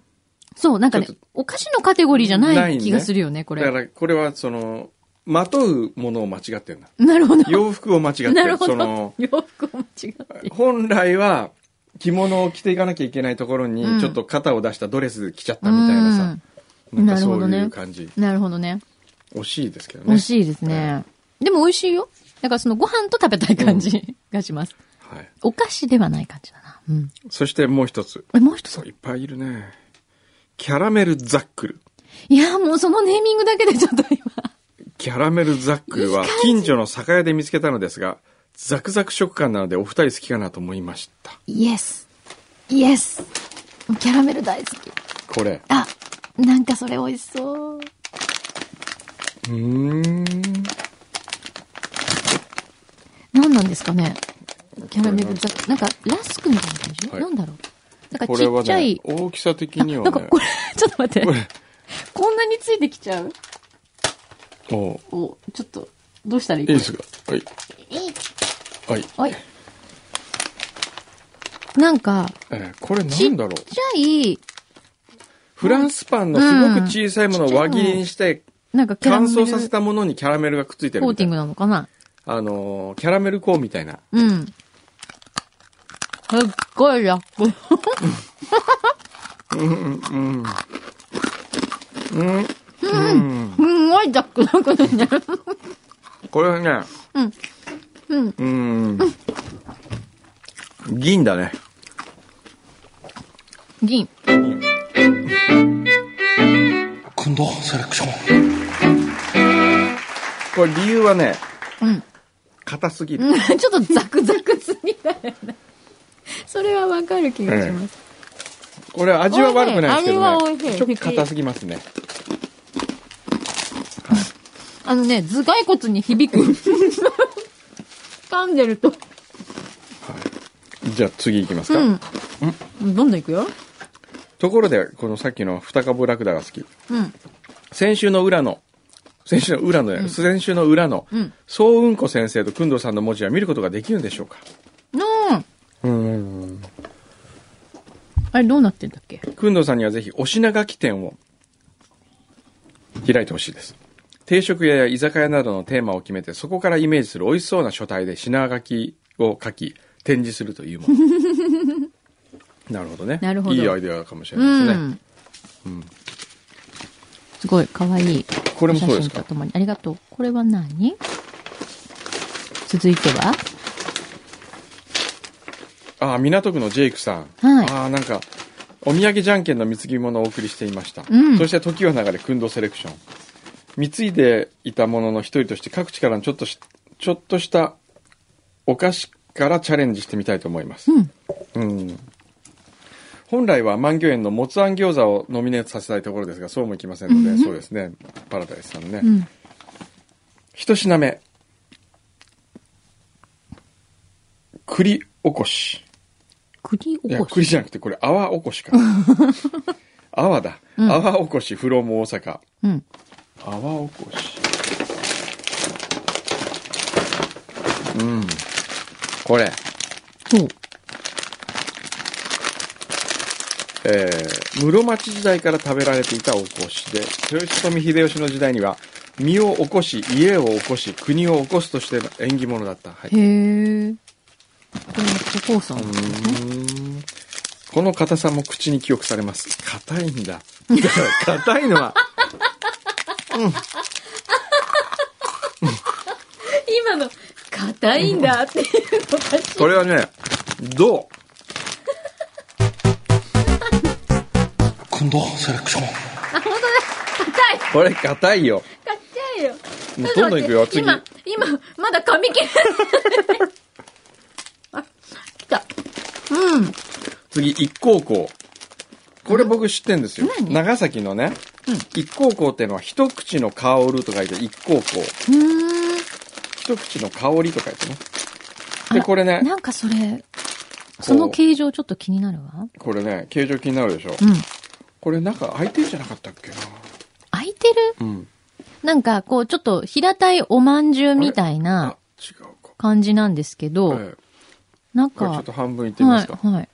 Speaker 2: そう、なんかね
Speaker 1: ちょっと、
Speaker 2: お菓子のカテゴリーじゃ
Speaker 1: な
Speaker 2: ないい
Speaker 1: ね
Speaker 2: 気がするよね、こ
Speaker 1: だか
Speaker 2: れ。
Speaker 1: らこれはそのまとうものを間違ってるん だ
Speaker 2: なるほど。
Speaker 1: 洋服を間違ってる
Speaker 2: なるほ
Speaker 1: その
Speaker 2: ど。洋服も違っている。
Speaker 1: 本来は着物を着ていかなきゃいけないところに、
Speaker 2: うん
Speaker 1: ちょっと肩を出したドレス着ちゃったみたいなさ、
Speaker 2: うん
Speaker 1: なんかそうい
Speaker 2: なるほど
Speaker 1: う
Speaker 2: ね
Speaker 1: 感じ、
Speaker 2: うん。なるほどね。
Speaker 1: 惜しいですけどね
Speaker 2: 惜しいですね。でも美味しいよ。だからそのご飯と食べたい感じがします。
Speaker 1: はい。
Speaker 2: お菓子ではない感じだな。うん。
Speaker 1: そしてもう一つ。
Speaker 2: え、もう一つ
Speaker 1: そう、いっぱいいるね。キャラメルザックル。
Speaker 2: いや、もうそのネーミングだけでちょっと今。
Speaker 1: キャラメルザックルは近所の酒屋で見つけたのですが、ザクザク食感なのでお二人好きかなと思いました。
Speaker 2: イエス。イエス。キャラメル大好き。
Speaker 1: これ。
Speaker 2: あ、なんかそれ美味しそう。
Speaker 1: うーん。
Speaker 2: 何なんですかねキャラメルザなんかラスクみたいな感じ、
Speaker 1: はい
Speaker 2: なんだろうなんか
Speaker 1: これ
Speaker 2: ちっ
Speaker 1: は
Speaker 2: ちゃ
Speaker 1: ね
Speaker 2: い、、
Speaker 1: 大きさ的
Speaker 2: あ
Speaker 1: には
Speaker 2: なんか
Speaker 1: ね、
Speaker 2: これ、 ちょっと待っ
Speaker 1: こ
Speaker 2: て。
Speaker 1: れ、
Speaker 2: こんなについてきちゃう
Speaker 1: も、
Speaker 2: お、ちょっと、どうしたらいいう
Speaker 1: いいで
Speaker 2: かな
Speaker 1: すかはい。
Speaker 2: いい
Speaker 1: はい。
Speaker 2: おい。なんか、
Speaker 1: えーこれな
Speaker 2: ちっ
Speaker 1: ん
Speaker 2: ち
Speaker 1: だ
Speaker 2: ゃ
Speaker 1: ろう
Speaker 2: い、
Speaker 1: フランスパンのすごく小さいものを輪切りにして、
Speaker 2: なんかキャラ
Speaker 1: 乾
Speaker 2: メル
Speaker 1: 燥させたものにキャラメルがくっついてる
Speaker 2: コー
Speaker 1: み
Speaker 2: テ
Speaker 1: たい
Speaker 2: ィン
Speaker 1: な。
Speaker 2: グなのかな
Speaker 1: あのー、キャラメルコーンみたいな。
Speaker 2: うん。すっごいラック。
Speaker 1: うん。うん。うん。
Speaker 2: すんごいザックなことになる。
Speaker 1: これはね、
Speaker 2: うん。うん。
Speaker 1: うん。銀だね。
Speaker 2: 銀。
Speaker 3: 今度セレクション
Speaker 1: これ理由はね、
Speaker 2: うん。
Speaker 1: 硬すぎる。
Speaker 2: うん ちょっとザクザクすぎだよね。それはわかる気がします。
Speaker 1: これ味は悪くないですけ
Speaker 2: 味は
Speaker 1: ど
Speaker 2: 美味し
Speaker 1: ね。
Speaker 2: い
Speaker 1: ちょっと硬すぎますね。
Speaker 2: あのね、頭蓋骨に響 く。噛んでると。
Speaker 1: じゃあ次行きますか。
Speaker 2: うん。どんどんいくよ。
Speaker 1: ところで、このさっきの二株ラクダが好き。
Speaker 2: うん。
Speaker 1: 先週の裏の、先週の裏の、先週の裏の、
Speaker 2: うん。
Speaker 1: そううんこ先生とくんどうさんの文字は見ることができるんでしょうか
Speaker 2: うん。
Speaker 1: うん。
Speaker 2: あれどうなってんだっけ
Speaker 1: くんどうさんにはぜひお品書き店を開いてほしいです。定食屋や居酒屋などのテーマを決めて、そこからイメージする美味しそうな書体で品書きを書き、展示するというもの。な るほどね。
Speaker 2: なるほど
Speaker 1: いいアイデアかもしれ
Speaker 2: う
Speaker 1: ないですね。
Speaker 2: ん。すごい、かわいい。
Speaker 1: これもそうです
Speaker 2: お写真
Speaker 1: か
Speaker 2: とともに。ありがとう。これは何続いては
Speaker 1: ああ、港区のジェイクさん。
Speaker 2: はい
Speaker 1: ああ、なんか、お土産じゃんけんの貢ぎ物をお送りしていました。
Speaker 2: うん
Speaker 1: そして時は流れ、くんどセレクション。貢いでいたものの一人として各地からのちょっとし、ちょっとしたお菓子からチャレンジしてみたいと思います。
Speaker 2: うん。
Speaker 1: うん。本来は万魚園のもつあん餃子をノミネートさせたいところですが、そうもいきませんので、そうですね。パラダイスさんね。
Speaker 2: うん。
Speaker 1: 一品目。栗おこし。
Speaker 2: 栗
Speaker 1: い
Speaker 2: お
Speaker 1: や、
Speaker 2: こ
Speaker 1: 栗
Speaker 2: し。
Speaker 1: じゃなくて、これ、泡おこしか。 泡だ。
Speaker 2: ん
Speaker 1: 泡おこし、フロム大阪。
Speaker 2: うん。
Speaker 1: 泡おこし。うん。これ、
Speaker 2: そう。
Speaker 1: えー、室町時代から食べられていたおこしで、豊臣秀吉の時代には、身を起こし、家を起こし、国を起こすとしての縁起物だった。はい。う
Speaker 2: へえ。これもお父さんなんですね。
Speaker 1: ーんこの硬さも口に記憶されます。硬いんだ。 だから、硬いのは、
Speaker 2: 今の、硬いんだっていうのがしい
Speaker 1: これはね、どう
Speaker 3: 今度セレクション
Speaker 2: あ、本当だ硬い
Speaker 1: これ硬いよ。
Speaker 2: 硬いよ
Speaker 1: もうどんどん行くよ
Speaker 2: ちょっと待って今、今、まだ噛み切れ ない。あ、来た。うん。
Speaker 1: 次、一高校。これ僕知ってんですよ。
Speaker 2: 何
Speaker 1: 長崎のね、一高校ってのは一口の香ると書いて一高校。
Speaker 2: う
Speaker 1: 一口の香りと書いてね。
Speaker 2: ーん。
Speaker 1: で、これね
Speaker 2: あ、なんかそれ、その形状ちょっと気になるわ。
Speaker 1: これね、形状気になるでしょ。
Speaker 2: うん。
Speaker 1: これ中開いてるじゃなかったっけな。
Speaker 2: 開いてる
Speaker 1: うん。
Speaker 2: なんか、こう、ちょっと平たいおまんじゅうみたい
Speaker 1: あ
Speaker 2: な、
Speaker 1: 違うか。
Speaker 2: 感じなんですけど、
Speaker 1: ええ
Speaker 2: なん
Speaker 1: これちょ
Speaker 2: か
Speaker 1: っと、半分いってみま
Speaker 2: は
Speaker 1: す
Speaker 2: い、
Speaker 1: か。
Speaker 2: はい。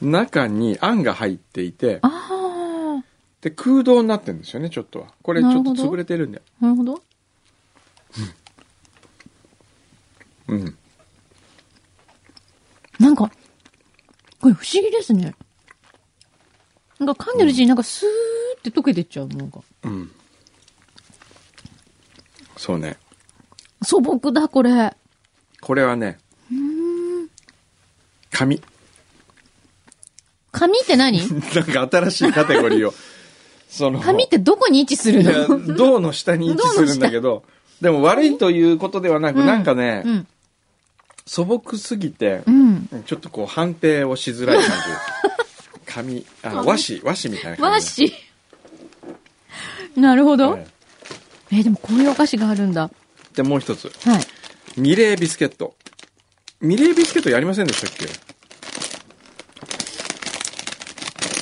Speaker 1: 中にあんが入っていて、
Speaker 2: あ
Speaker 1: で、空洞になってるんですよね、ちょっとは。これちょっと潰れてるんで。
Speaker 2: ー、なるほど。
Speaker 1: うん。
Speaker 2: なんか、これ不思議ですね。なんか噛んでるうちになんかスーって溶けてっちゃう。なんか、
Speaker 1: うん。そうね。
Speaker 2: 素朴だ、これ。
Speaker 1: これはね、紙。
Speaker 2: 紙って何
Speaker 1: なんか新しいカテゴリー を。その。
Speaker 2: 紙ってどこに位置する
Speaker 1: いや、
Speaker 2: の
Speaker 1: 銅の下に位置するんだけど、でも悪いということではなく、
Speaker 2: うん
Speaker 1: なんかね、
Speaker 2: うん。
Speaker 1: 素朴すぎて
Speaker 2: う、ん。
Speaker 1: ちょっとこう判定をしづらい感 じ。紙、あの、和紙、和紙みたいな
Speaker 2: 和
Speaker 1: 感じ。
Speaker 2: 紙。なるほど。
Speaker 1: え
Speaker 2: えーでもこういうお菓子があるんだ。
Speaker 1: えで、もう一つ。
Speaker 2: はい。
Speaker 1: ミレービスケット。ミレービスケットやりませんでしたっけ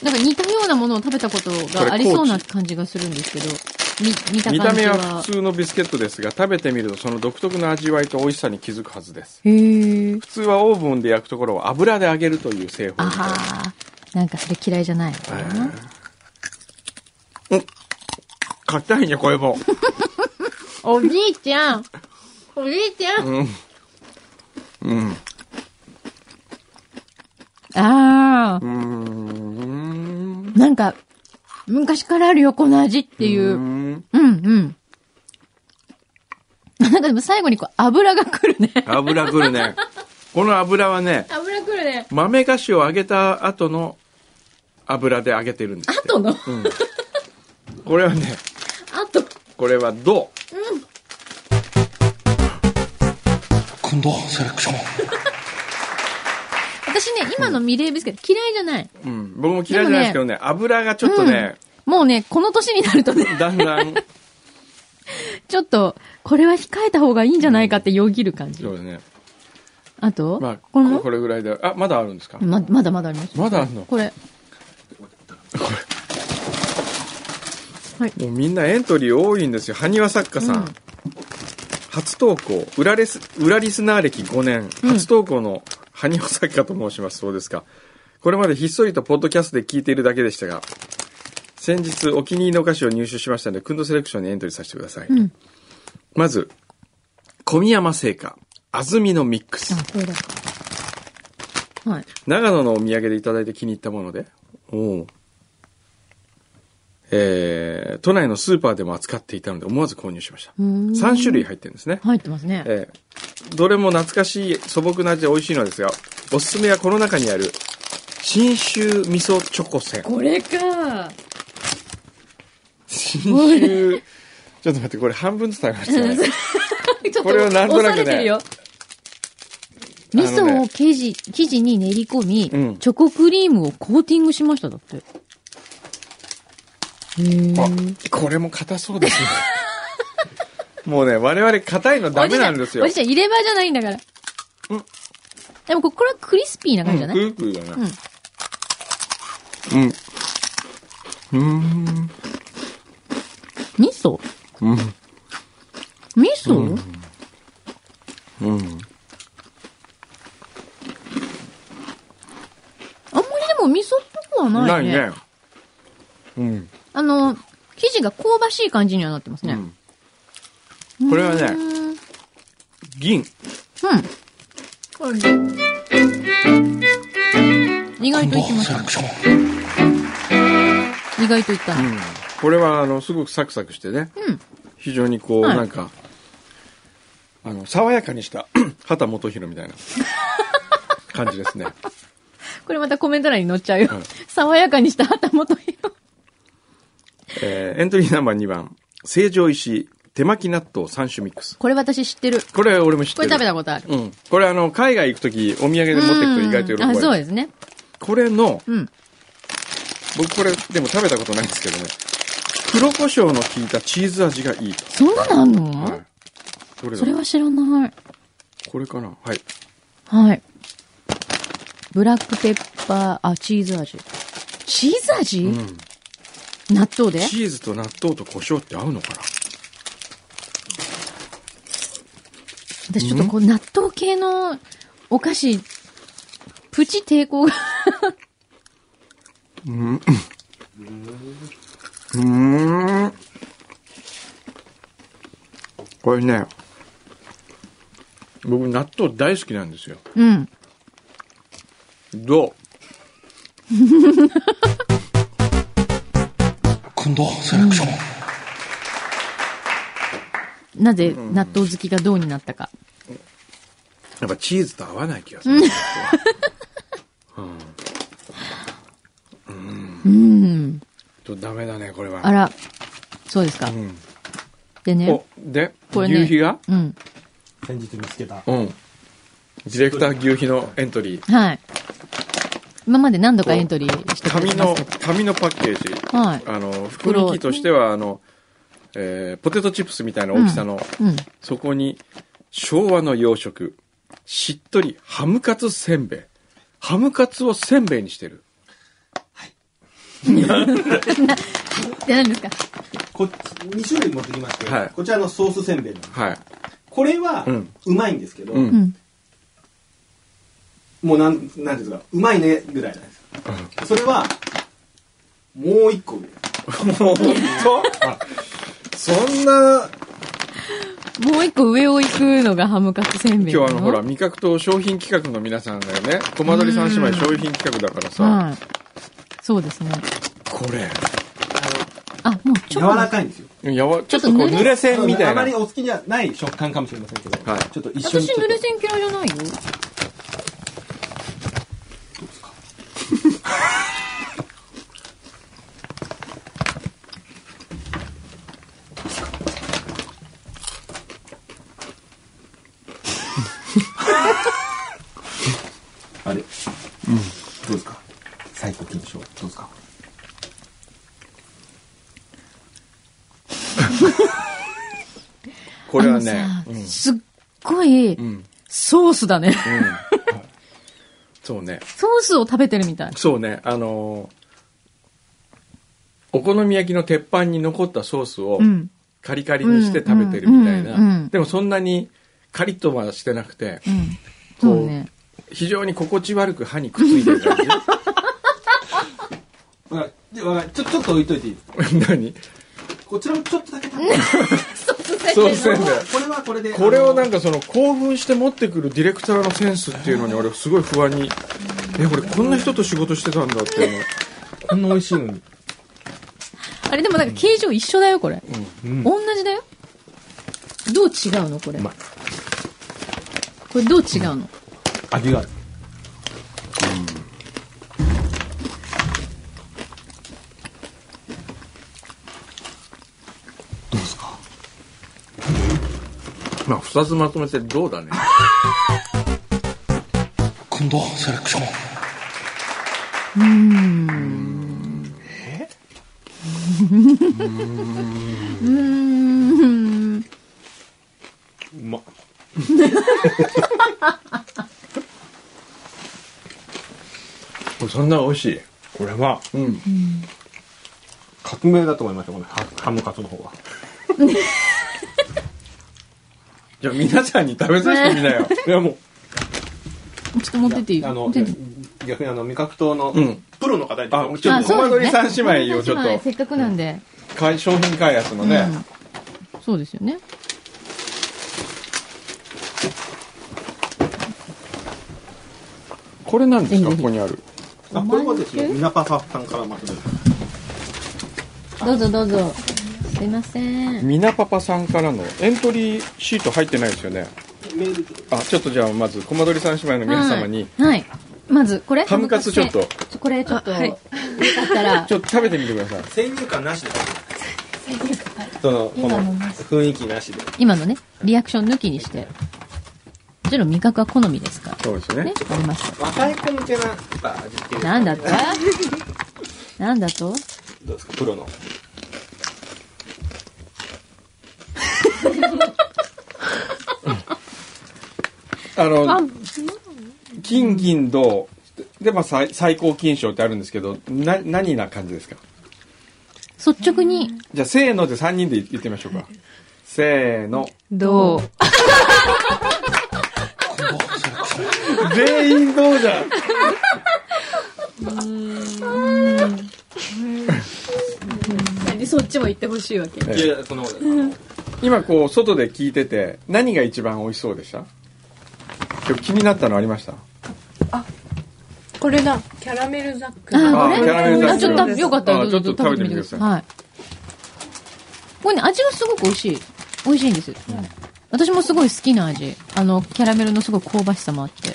Speaker 2: なんか似たようなものを食べたことがありそうな感じがするんですけど、み見た
Speaker 1: 見た
Speaker 2: 感じ
Speaker 1: 目
Speaker 2: は。
Speaker 1: は普通のビスケットですが、食べてみるとその独特の味わいと美味しさに気づくはずです。
Speaker 2: へえ。
Speaker 1: 普通はオーブンで焼くところを油で揚げるという製法
Speaker 2: あ
Speaker 1: みたいな
Speaker 2: はーなんかそれ嫌いじゃないのかな。
Speaker 1: 硬いね、これも。
Speaker 2: おじいちゃんおじいちゃん、
Speaker 1: うん。うん。
Speaker 2: ああ
Speaker 1: うーん。
Speaker 2: なんか、昔からあるよ、この味っていう
Speaker 1: ー
Speaker 2: う。
Speaker 1: ん
Speaker 2: うん、うん。 なんかでも最後にこう、油が来るね。
Speaker 1: 油くるね。この油はね、
Speaker 2: 油来るね。
Speaker 1: 豆菓子を揚げた後の油で揚げてるんですって。
Speaker 2: 後の
Speaker 1: うん。これはね、
Speaker 2: 後。
Speaker 1: これは銅。
Speaker 3: 今度セレクション
Speaker 2: 私ね、今のミレービスケット嫌いじゃない。
Speaker 1: うん。僕も嫌いじゃないですけどね、油がちょっとね、
Speaker 2: もうね、この年になるとね、
Speaker 1: だんだん、
Speaker 2: ちょっと、これは控えた方がいいんじゃないかってよぎる感じ。
Speaker 1: そうですね。
Speaker 2: あと、
Speaker 1: まあ、
Speaker 2: この
Speaker 1: これぐらいで、あ、まだあるんですか
Speaker 2: ままだまだあります。
Speaker 1: まだあるの
Speaker 2: これ。
Speaker 1: もうみんなエントリー多いんですよ。埴輪作家さん。
Speaker 2: うん
Speaker 1: 初投稿、裏レス、裏リスナー歴5年、
Speaker 2: うん
Speaker 1: 初投稿の埴輪作家と申します。そうですか。これまでひっそりとポッドキャストで聞いているだけでしたが、先日お気に入りのお菓子を入手しましたので、くんどセレクションにエントリーさせてください。
Speaker 2: うん。
Speaker 1: まず、小宮山製菓、安曇のミックス。
Speaker 2: あ、これだ。はい。
Speaker 1: 長野のお土産でいただいて気に入ったもので、おうえー、都内のスーパーでも扱っていたので思わず購入しました。
Speaker 2: うーん
Speaker 1: 3種類入ってるんですね。
Speaker 2: 入ってますね。
Speaker 1: えーどれも懐かしい素朴な味で美味しいのですが、おすすめはこの中にある、信州味噌チョコ せん。
Speaker 2: これか。
Speaker 1: 信州、ちょっと待って、これ半分ずつ食べま したね。
Speaker 2: ちょっと
Speaker 1: これをなんとなくね
Speaker 2: 押されてるよ味
Speaker 1: あの
Speaker 2: 噌
Speaker 1: ね
Speaker 2: を生地、生地に練り込み、
Speaker 1: うん
Speaker 2: チョコクリームをコーティングしました、だって。
Speaker 1: あ
Speaker 2: へー。、
Speaker 1: これも硬そうですね。もうね、我々硬いのダメなんですよ。
Speaker 2: おじいちゃん、おじいちゃん入れ歯じゃないんだから。
Speaker 1: うん
Speaker 2: でも、これはクリスピーな感じじゃない、
Speaker 1: うん、クルクルだね。うん。う
Speaker 2: 味噌
Speaker 1: ーん。うん。
Speaker 2: 味噌、
Speaker 1: うん。
Speaker 2: あんまりでも味噌っぽくはな
Speaker 1: ない
Speaker 2: いね。
Speaker 1: ね。うん。
Speaker 2: あの、生地が香ばしい感じにはなってますね。
Speaker 1: うんこれはね
Speaker 2: うーんうん。
Speaker 1: 銀。
Speaker 2: これ意外といきましたね。意外といった
Speaker 1: う
Speaker 2: ね。
Speaker 1: ん。これは、あの、すごくサクサクしてね。
Speaker 2: うん。
Speaker 1: 非常にこう、
Speaker 2: はい
Speaker 1: なんか、あの、爽やかにした、 畑元博み たいな感じですね。
Speaker 2: これまたコメント欄に載っちゃうよ。
Speaker 1: うん
Speaker 2: 爽やかにした旗本よ。
Speaker 1: えーエントリーナンバー2番、成城石井、手巻き納豆3種ミックス。
Speaker 2: これ私知ってる。
Speaker 1: これ俺も知っ
Speaker 2: こ
Speaker 1: て
Speaker 2: れ
Speaker 1: る。
Speaker 2: 食べたことある。
Speaker 1: うん。これあの、海外行くとき、お土産で持ってくと意外と喜ば
Speaker 2: う
Speaker 1: れ
Speaker 2: んあ、
Speaker 1: る。
Speaker 2: そうですね。
Speaker 1: これの、
Speaker 2: うん。
Speaker 1: 僕これでも食べたことないんですけどね、黒胡椒の効いたチーズ味がいいと。
Speaker 2: そんなのあんの、
Speaker 1: はい。どれだ
Speaker 2: それは知らない。
Speaker 1: これかなはい。
Speaker 2: はい。ブラックペッパー、あ、チーズ味。チーズ味、
Speaker 1: うん。
Speaker 2: 納豆で
Speaker 1: チーズと納豆と胡椒って合うのかな
Speaker 2: 私ちょっとこう、納豆系のお菓子、プチ抵抗が。
Speaker 1: うーん。これね、僕納豆大好きなんですよ。
Speaker 2: うん。
Speaker 1: どう
Speaker 3: 今度セレクション
Speaker 2: なぜ納豆好きがどうになったか。
Speaker 1: やっぱチーズと合わない気がする。とダメだね、これは。
Speaker 2: あら、そうですか
Speaker 1: う。ん。
Speaker 2: でね
Speaker 1: お、、で、
Speaker 2: これね。
Speaker 1: 牛皮が
Speaker 2: うん。
Speaker 4: 先日見つけた。
Speaker 1: うん。ディレクター牛皮のエントリー。
Speaker 2: はい。今まで何度かエントリーしてくれ
Speaker 1: 紙
Speaker 2: てま
Speaker 1: の
Speaker 2: すけ、
Speaker 1: 紙のパッケージ。
Speaker 2: ど。はい。
Speaker 1: あの、
Speaker 2: 袋
Speaker 1: 袋にとしては、あの、えーポテトチップスみたいな大きさの、
Speaker 2: うん。
Speaker 1: そこに、昭和の洋食、しっとりハムカツせんべい。ハムカツをせんべいにしてる。
Speaker 2: で、何ですか
Speaker 4: こっち、2種類持ってきまして、
Speaker 1: はい
Speaker 4: こちらのソースせんべいなんです
Speaker 1: はい。
Speaker 4: これは
Speaker 1: うん、
Speaker 4: うまいんですけど、
Speaker 1: うん
Speaker 2: うん。
Speaker 4: もうなん、なんていうんですか、うまいねぐらいなんですよ。それは、もう一個上です。
Speaker 1: 本 当そんな、
Speaker 2: もう一個上を行くのがハムカツせんべいな
Speaker 1: 今日あの、ほら、、味覚と商品企画の皆さんだよね。コマ撮り三姉妹商品企画だからさ、
Speaker 2: はい。そうですね。
Speaker 1: これ、
Speaker 2: あ、もうち
Speaker 4: 柔
Speaker 2: ょっ
Speaker 4: らかいんですよ。
Speaker 1: やわ、ちょっとこう、濡れ線みたい
Speaker 4: あま
Speaker 1: な
Speaker 4: り。お好きじゃない食感かもしれませんけど、
Speaker 1: はい
Speaker 4: ちょっと一
Speaker 2: と。
Speaker 4: 緒
Speaker 2: 私
Speaker 4: にちょっ
Speaker 2: 濡
Speaker 4: と
Speaker 2: れ線嫌いじゃないよ。
Speaker 4: あれ、うん、どうですか最高金賞、どうですか
Speaker 1: これはね、
Speaker 2: あ
Speaker 1: う
Speaker 2: の
Speaker 1: ん
Speaker 2: さすっごい
Speaker 1: うん。うん。
Speaker 2: ソースだね。
Speaker 1: そうね。
Speaker 2: ソースを食べてるみたい。
Speaker 1: そうね、あのーお好み焼きの鉄板に残ったソースを
Speaker 2: うん。
Speaker 1: カリカリにして食べてるみたい
Speaker 2: うんうんう
Speaker 1: な。
Speaker 2: ん
Speaker 1: でもそんなにカリッとはしてなくて、
Speaker 2: うん。そうね。
Speaker 1: 非常に心地悪く歯にくっついてる感
Speaker 4: わかるでわかるちょ、ちょっと置いといていいで すか
Speaker 1: じ。何
Speaker 4: こちらもちょっとだけ食べて
Speaker 1: そうせんべい。
Speaker 4: これはこれで。
Speaker 1: これをなん
Speaker 4: か、
Speaker 1: かその興奮して持ってくるディレクターのセンスっていうのに俺すごい不安に、え、俺こんな人と仕事してたんだっていうの。
Speaker 4: こんな美味しいのに。
Speaker 2: あれでもなんか形状一緒だよ、これ。
Speaker 4: うん
Speaker 2: 同じだよ。どう違うの、これ。これどう違うの、
Speaker 4: 味がある。どうですか
Speaker 1: まあ二つまとめてどうだね。
Speaker 3: 今度セレクション
Speaker 4: うまっ。
Speaker 1: これ そんな美味しい。
Speaker 4: これは、
Speaker 1: うん。
Speaker 4: 革命だと思いますよ、このハハムカツの方は。
Speaker 1: じゃあ皆さんに食べさせてみ なよ。
Speaker 4: いや、もう。
Speaker 2: ちょっと持ってっていい
Speaker 4: あの
Speaker 2: 持ってっていい、
Speaker 4: 逆にあの、味覚糖の
Speaker 1: うん、
Speaker 4: プロの方に、
Speaker 1: あちょっと
Speaker 2: あそう
Speaker 1: コマ撮
Speaker 2: で
Speaker 1: り
Speaker 2: すね
Speaker 1: 三姉妹をちょっと
Speaker 2: コマ撮り三姉妹せっかくなんで。
Speaker 1: かい商品開発のね、
Speaker 2: うん、そうですよね。
Speaker 1: これなんですか
Speaker 2: ぜ
Speaker 1: こ
Speaker 2: ひぜひ
Speaker 1: こにある
Speaker 4: あ、これもですね、ミナパパさんからまとめた
Speaker 2: どうぞどうぞ。すいません。
Speaker 1: みなパパさんからのエントリーシート入ってないですよね
Speaker 4: メールで
Speaker 1: あちょっとじゃあまずコマ撮り三姉妹の皆様に、
Speaker 2: はい。はいまず、これ
Speaker 1: ハムカツちょっと。
Speaker 2: ちょこれちょっと、
Speaker 5: はい
Speaker 2: よかったら
Speaker 1: ち、ょっと食べてみてください
Speaker 4: 先入観なしで。その、
Speaker 2: 今
Speaker 4: この
Speaker 2: のな
Speaker 4: 雰囲気なしで。
Speaker 2: 今のね、リアクション抜きにして。もちろん味覚は好みですか
Speaker 1: そうですね
Speaker 2: ら。ね、ありますか
Speaker 4: 若い子向けな、やっぱ味付け
Speaker 2: ら。なんだと なんだと
Speaker 4: どうですか、プロの。
Speaker 1: あの金銀銅で、まあ、最最高金賞ってあるんですけどな何な感じですか
Speaker 2: 率直に、
Speaker 1: じゃあせーので3人で言ってみましょうかせーの
Speaker 5: どう
Speaker 1: 全員どうじゃん
Speaker 2: そっちも行ってほしいわけ。
Speaker 1: ええ
Speaker 4: いや、その、あの
Speaker 1: 今こう外で聞いてて何が一番美味しそうでした今日気になったのありました
Speaker 5: これだ。キャラメルザック。
Speaker 2: あ、こ
Speaker 1: あキャラメル
Speaker 2: れ
Speaker 1: ザ
Speaker 2: あ、
Speaker 1: ック
Speaker 2: ちょっとよかったら
Speaker 1: あ
Speaker 2: どうぞ
Speaker 1: ちょっと食べてみてください
Speaker 2: はい。これね、味がすごく美味しい。美味しいんです。私もすごい好きな味。あの、キャラメルのすごい香ばしさもあって。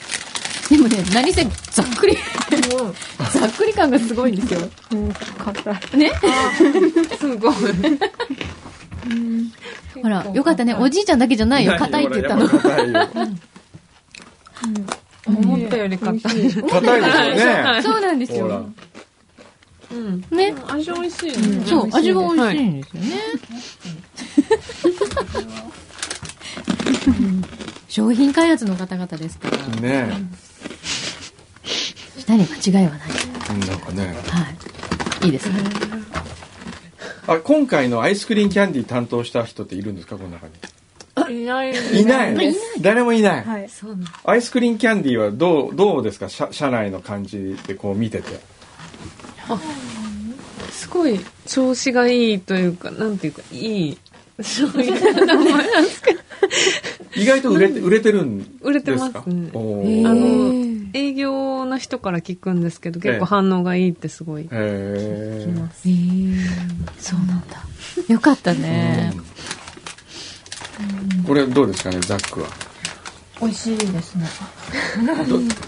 Speaker 2: でもね、何せざっくり。
Speaker 5: ごい。
Speaker 2: ざっくり感がすごいんですよ。
Speaker 5: 硬い。
Speaker 2: ね
Speaker 5: す ごい。
Speaker 2: ほら、よかったね。おじいちゃんだけじゃないよ。硬いって言ったの。
Speaker 1: 硬いよ。
Speaker 5: 思ったより硬い。
Speaker 1: 硬いですよね。
Speaker 2: そうなんです
Speaker 1: ほ
Speaker 2: よ
Speaker 1: ら。。
Speaker 5: うん。
Speaker 2: ね。
Speaker 5: 味美味しいね。
Speaker 2: そう、味が美味しい
Speaker 5: い。
Speaker 2: んですよね。商品開発の方々ですから、
Speaker 1: ね
Speaker 2: 二人間違いはない。
Speaker 1: え。なんかね。
Speaker 2: はい。いいですね。
Speaker 1: あ、今回のアイスクリーンキャンディー担当した人っているんですかこの中に。
Speaker 5: いない
Speaker 1: いない
Speaker 2: いない。
Speaker 1: 誰もいない。
Speaker 5: はい。そうな
Speaker 1: アイスクリーンキャンディーはどう、どうですか社社内の感じでこう見てて。
Speaker 5: すごい調子がいいというか、なんていうか、いい。そういう名前なんですけど。
Speaker 1: 意外と売れて、売れてるんですか
Speaker 5: 売れてますね
Speaker 1: お
Speaker 2: へ
Speaker 1: ー
Speaker 5: あの
Speaker 2: ー
Speaker 5: 営業の人から聞くんですけど、
Speaker 1: ええ
Speaker 5: 結構反応がいいってすごい
Speaker 1: へ
Speaker 5: 聞き
Speaker 1: ー
Speaker 5: ます。
Speaker 2: えー、そうなんだ。よかったね。
Speaker 1: これどうですかねザックは。
Speaker 6: 美味しいですね。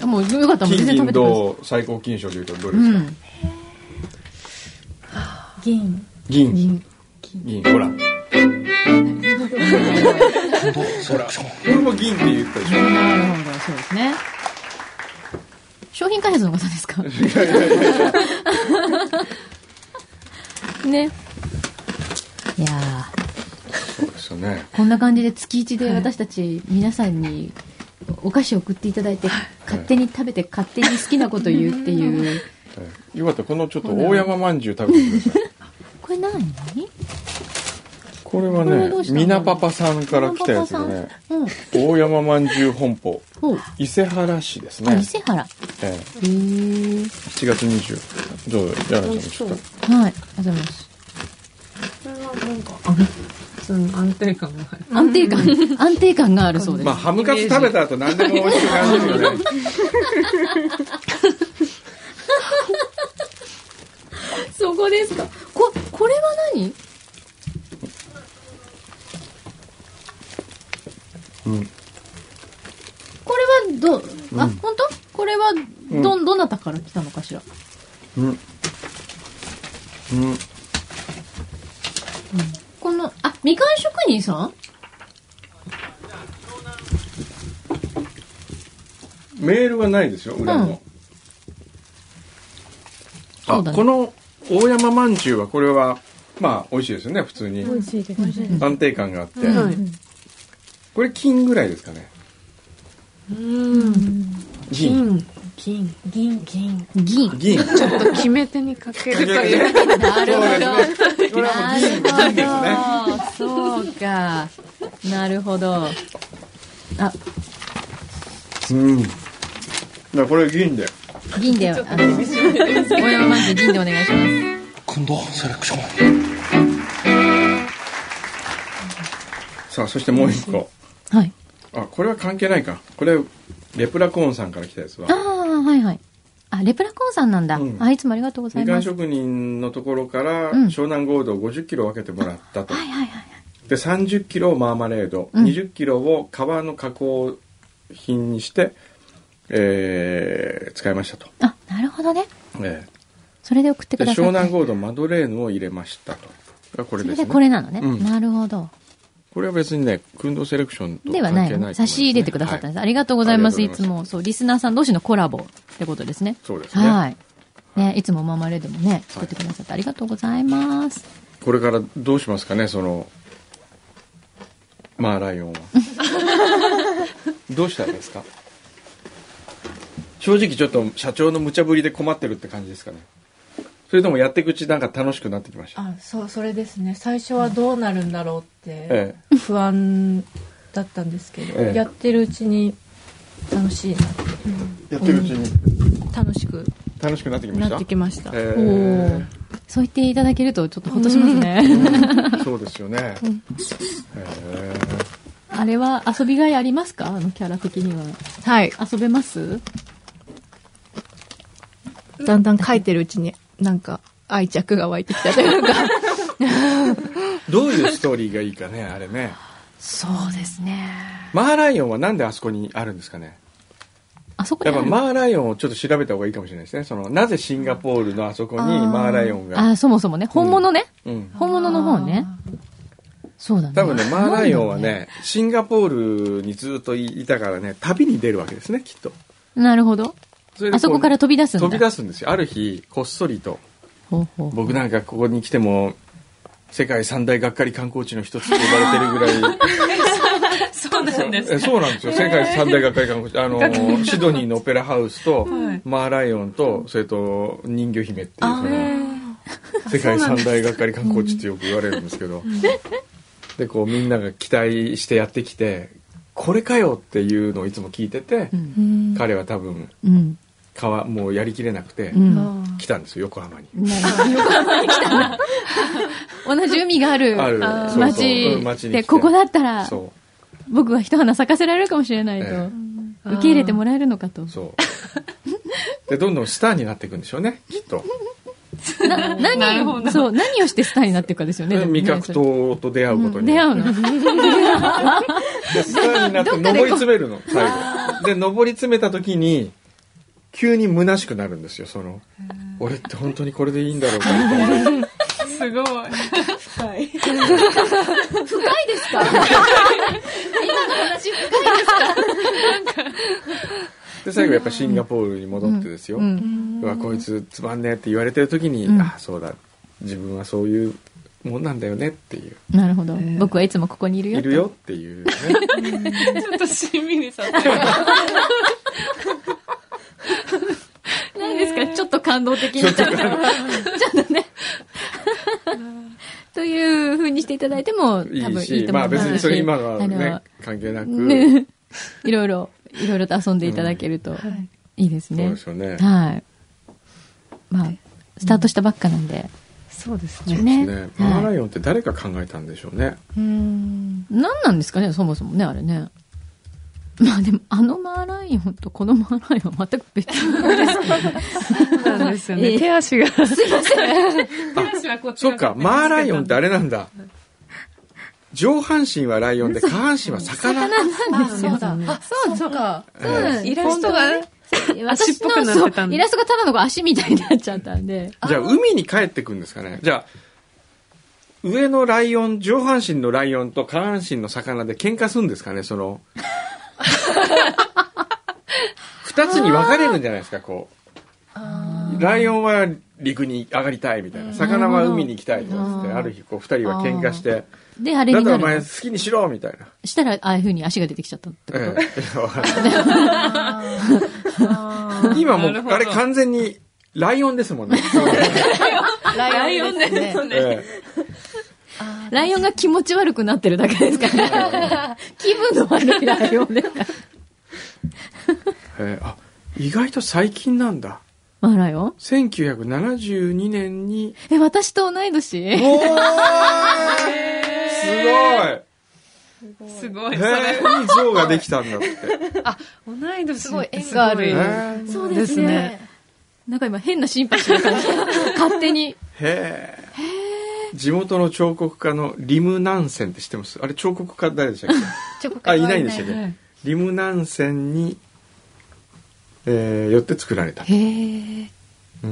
Speaker 2: あもうよかった。もう
Speaker 1: 金銀
Speaker 2: 全然食べてください。
Speaker 1: 銅最高金賞でいうとどれ
Speaker 2: う
Speaker 1: ですか、
Speaker 2: ん。
Speaker 6: 銀。
Speaker 1: 銀銀銀ほら
Speaker 3: セレクション
Speaker 1: これも銀って言ったでしょ
Speaker 2: なるほど、そうですね。商品開発の方ですか ね。いやー。
Speaker 1: そうですよね
Speaker 2: こんな感じで月一で私たち皆さんにお菓子を送っていただいて、勝手に食べて勝手に好きなこと言うっていう。
Speaker 1: ええよかったこのちょっと大山まんじゅう食べてください
Speaker 2: これ何
Speaker 1: これは
Speaker 2: これは
Speaker 1: ね
Speaker 2: どうしたの
Speaker 1: みなパパさんから来たやつでね
Speaker 2: うん。
Speaker 1: 大山まんじゅう本舗
Speaker 2: おう。
Speaker 1: 伊勢原市です
Speaker 2: あ、
Speaker 1: ね
Speaker 2: 伊、勢原。はい。
Speaker 1: ええ7月20どうぞ柳井さんもちょっ
Speaker 2: ありがとうございます。
Speaker 5: それはなんか、あ普通に安定感がある。
Speaker 2: 安定 感、安定感があるそう
Speaker 1: と
Speaker 2: で
Speaker 1: ますあ。ハムカツ食べた後何でも美味しく感じるよね
Speaker 2: そこですか。こ、これは何
Speaker 1: うん
Speaker 2: これはど、あ、本当これは、ど、どなたから来たのかしら。
Speaker 1: うんうん
Speaker 2: この、あ、みかん職人さん
Speaker 1: メールはないですよ裏の、
Speaker 2: そ
Speaker 1: あ
Speaker 2: うだね
Speaker 1: この大山まんじゅうはこれはまあ美味しいですよね普通に
Speaker 6: 美味しいです。
Speaker 1: 安定感があって、
Speaker 5: はい。
Speaker 1: これ金ぐらいですかね
Speaker 5: うん。
Speaker 1: 銀
Speaker 5: 金。金。
Speaker 6: 銀、銀。
Speaker 2: 銀。
Speaker 1: 銀
Speaker 5: ちょっと決め手にかけるという。
Speaker 2: なるほど。
Speaker 1: これはもう銀銀ですね
Speaker 2: なるほど。そうか。なるほど。あ、
Speaker 1: うんだからこれ銀で
Speaker 2: 銀で、あの、大山まんじゅう銀でお願いしま
Speaker 3: 今度セレクション
Speaker 1: さあそしてもう一個
Speaker 2: す。はい。
Speaker 1: あこれは関係ないかこれレプラコーンさんから来たやつは
Speaker 2: ああ、はいはい。あ、レプラコーンさんなんだ。
Speaker 1: うん
Speaker 2: あ、いつもありがとうござい
Speaker 1: みか
Speaker 2: ま
Speaker 1: ん
Speaker 2: す。はい
Speaker 1: 職人のところから
Speaker 2: うん
Speaker 1: 湘南ゴールドを50キロ分けてもらったと、
Speaker 2: はいはい。
Speaker 1: で30キロをマーマレード、
Speaker 2: うん
Speaker 1: 20キロを皮の加工品にして、えー使いましたと、
Speaker 2: あ、なるほどね。
Speaker 1: え
Speaker 2: それで送って
Speaker 1: えで
Speaker 2: ください。
Speaker 1: 湘南ゴールドマドレーヌを入れましたとこれ
Speaker 2: そ
Speaker 1: で
Speaker 2: れ
Speaker 1: す、ね、
Speaker 2: でこれなのね。
Speaker 1: うん
Speaker 2: なるほど。
Speaker 1: これは別にね運動セレクションと
Speaker 2: では
Speaker 1: 関
Speaker 2: ない
Speaker 1: 係
Speaker 2: の
Speaker 1: ない
Speaker 2: ね。差し入れてくださったん
Speaker 1: んです
Speaker 2: で。
Speaker 1: すね、
Speaker 2: ありがとうございます。
Speaker 1: あり
Speaker 2: い
Speaker 1: が
Speaker 2: つ
Speaker 1: とうございま
Speaker 2: も、そう、リスナーさん同士のコラボってことですね。
Speaker 1: そうですね、
Speaker 2: はい。ね、いつもママレードもね、作ってくださってありがとうございます。
Speaker 1: これからどうしますかねそのマーライオンはどうしたらいいですか正直ちょっと社長の無茶ぶりで困ってるって感じですかねそれともやっていくうちなんか楽しくなってきました
Speaker 6: あ、そう、それですね。最初はどうなるんだろうって
Speaker 1: ええ
Speaker 6: 不安だったんですけど、
Speaker 1: ええ
Speaker 6: やってるうちに楽しいな、
Speaker 1: やってるうちに
Speaker 6: 楽しく
Speaker 1: 楽しくなってきました
Speaker 6: なってきました。
Speaker 1: え
Speaker 2: おお
Speaker 1: ー
Speaker 2: ー、そう言っていただけるとちょっとほっとしますね。
Speaker 1: そうですよね、えー
Speaker 2: あれは遊びがいありますかあのキャラ的には。
Speaker 5: はい。
Speaker 2: 遊べます
Speaker 5: だんだん書いてるうちに、なんか、愛着が湧いてきたというか。
Speaker 1: どういうストーリーがいいかねあれね
Speaker 2: そうですね。
Speaker 1: マーライオンはなんであそこにあるんですかね
Speaker 2: あそこに
Speaker 1: や
Speaker 2: あ
Speaker 1: っぱ
Speaker 2: る
Speaker 1: マーライオンをちょっと調べた方がいいかもしれないですね。その、なぜシンガポールのあそこにマーライオン
Speaker 2: あーあ
Speaker 1: が。
Speaker 2: ーそもそもね本物ね、
Speaker 1: うん。
Speaker 2: 本物の方ねそうだね
Speaker 1: 多分ね、 マーライオンはね、シンガポールにずっといたからね、旅に出るわけですね、きっと。
Speaker 2: なるほど
Speaker 1: それでう
Speaker 2: あそこから飛び出すんだ
Speaker 1: 飛び出すんですよ。ある日、こっそりと、
Speaker 2: ほうほう
Speaker 1: 僕なんかここに来ても、世界三大がっかり観光地の一つって呼ばれてるぐらい、
Speaker 5: そうなんです。
Speaker 1: えそうなんですよ。世界三大がっかり観光地。あの、シドニーのオペラハウスと、
Speaker 5: はい
Speaker 1: マーライオンと、それと人魚姫っていう、その、世界三大がっかり観光地ってよく言われるんですけど、でこうみんなが期待してやってきてこれかよっていうのをいつも聞いてて、
Speaker 6: うん
Speaker 1: 彼は多分
Speaker 2: うん
Speaker 1: かわもうやりきれなくて、
Speaker 2: うん
Speaker 1: 来たんですよ横浜に。
Speaker 2: 同じ海がある
Speaker 1: ある
Speaker 5: あ
Speaker 1: そう
Speaker 5: ー
Speaker 1: そううん
Speaker 2: 町
Speaker 1: 町に
Speaker 2: で
Speaker 1: 来て
Speaker 2: ここだったら
Speaker 1: そ
Speaker 2: 僕は一花咲かせられるかもしれないと、
Speaker 1: え
Speaker 2: 受け入れてもらえるのかと
Speaker 1: うそうでどんどんスターになっていくんでしょうねきっと
Speaker 2: な何そう何をしてスターになっていくかですよねでもね
Speaker 1: 味覚糖と出会うことに
Speaker 2: 出会
Speaker 1: な
Speaker 2: う
Speaker 1: って、
Speaker 2: の
Speaker 1: でスターになって上り詰めるの最後で上り詰めた時に急に虚しくなるんですよその俺って本当にこれでいいんだろうかみたいな
Speaker 5: すごい。
Speaker 1: で最後やっぱシンガポールに戻ってですよ、うわこいつつまんねえって言われてる時に、あそうだ自分はそういうもんなんだよねっていう
Speaker 2: なるほど、僕はいつもここにいるよ
Speaker 1: いるよっていうね
Speaker 5: ちょっとしんみりさせて。
Speaker 2: 何ですかちょっと感動的に なっちゃったちょっとねというふうにしていただいても多分いいと
Speaker 1: い
Speaker 2: 思いま
Speaker 1: い
Speaker 2: す
Speaker 1: しまあ別にそれ今のは
Speaker 2: あの
Speaker 1: ね関係なく、
Speaker 2: ね、 いろいろ、いろいろと遊んでいただけると、いいです
Speaker 1: そう
Speaker 2: ね
Speaker 1: で。すよね
Speaker 2: はい。まあ、スタートしたばっかなんで。
Speaker 5: そうです
Speaker 2: ね。
Speaker 1: ねマーラ
Speaker 2: はい
Speaker 1: イオンって誰が考えたんでしょうね
Speaker 2: 何なんですかね、そもそもね、あれね。まあでも、あのマーライオンとこのマーライオンは全く別物ですけど。
Speaker 5: そうなんですよ
Speaker 2: ええ
Speaker 5: ね。手足が。すいません。手足はこっち
Speaker 1: そっ
Speaker 5: が
Speaker 1: かマーライオンってあれなん だ上半身はライオンで下半身は魚
Speaker 6: あそうだあそうそうか
Speaker 1: え
Speaker 5: イラストが、
Speaker 2: そう
Speaker 5: 足っ
Speaker 2: 私
Speaker 5: ぽく
Speaker 2: の
Speaker 5: な
Speaker 2: そ
Speaker 5: ってたん
Speaker 2: う
Speaker 5: だ
Speaker 2: イラストがただのこう足みたいになっちゃったんで。
Speaker 1: ーじゃあ海に帰ってくんですかねじゃあ上のライオン上半身のライオンと下半身の魚で喧嘩するんですかねその二つに分かれるんじゃないですかこうライオンは陸に上がりたいみたいな魚は海に行きたいとかっつってある日こう二人は喧嘩して
Speaker 2: で、あれ
Speaker 1: だっ
Speaker 2: に
Speaker 1: たらお
Speaker 2: な
Speaker 1: 前
Speaker 2: る
Speaker 1: 好。きにしろみたいな
Speaker 2: したら、ああいう風に足が出てきちゃったってこと。
Speaker 1: ええわかんない今もう
Speaker 5: なるほど
Speaker 1: あれ完全にライオンですもんね。
Speaker 6: ライオンですね
Speaker 1: え
Speaker 2: ライオンが気持ち悪くなってるだけですから。 気分の悪いライオンですから。
Speaker 1: えええあ意外と最近なんだ。
Speaker 2: マーライオン
Speaker 1: 1972年に。
Speaker 2: え、私と同い 年
Speaker 1: おーす
Speaker 5: すご
Speaker 1: ごい
Speaker 5: い。
Speaker 1: へ
Speaker 5: それ。
Speaker 1: え、いい像ができたんだって。
Speaker 5: 同い年。す
Speaker 6: ごい縁がある
Speaker 1: へ
Speaker 5: ごい
Speaker 1: え
Speaker 2: そう
Speaker 5: ですね。
Speaker 2: なんか今変なシンパシーな感じ。勝手に。
Speaker 1: へえ地元の彫刻家のリム・ナンセンって知ってますあれ彫刻家誰で したっけ
Speaker 6: チョコ
Speaker 1: あ、
Speaker 6: カ
Speaker 1: い
Speaker 6: レー
Speaker 1: ないんでしたっ
Speaker 5: はい
Speaker 1: けリムナンセンに、えー、よって作られた。へ
Speaker 2: そうな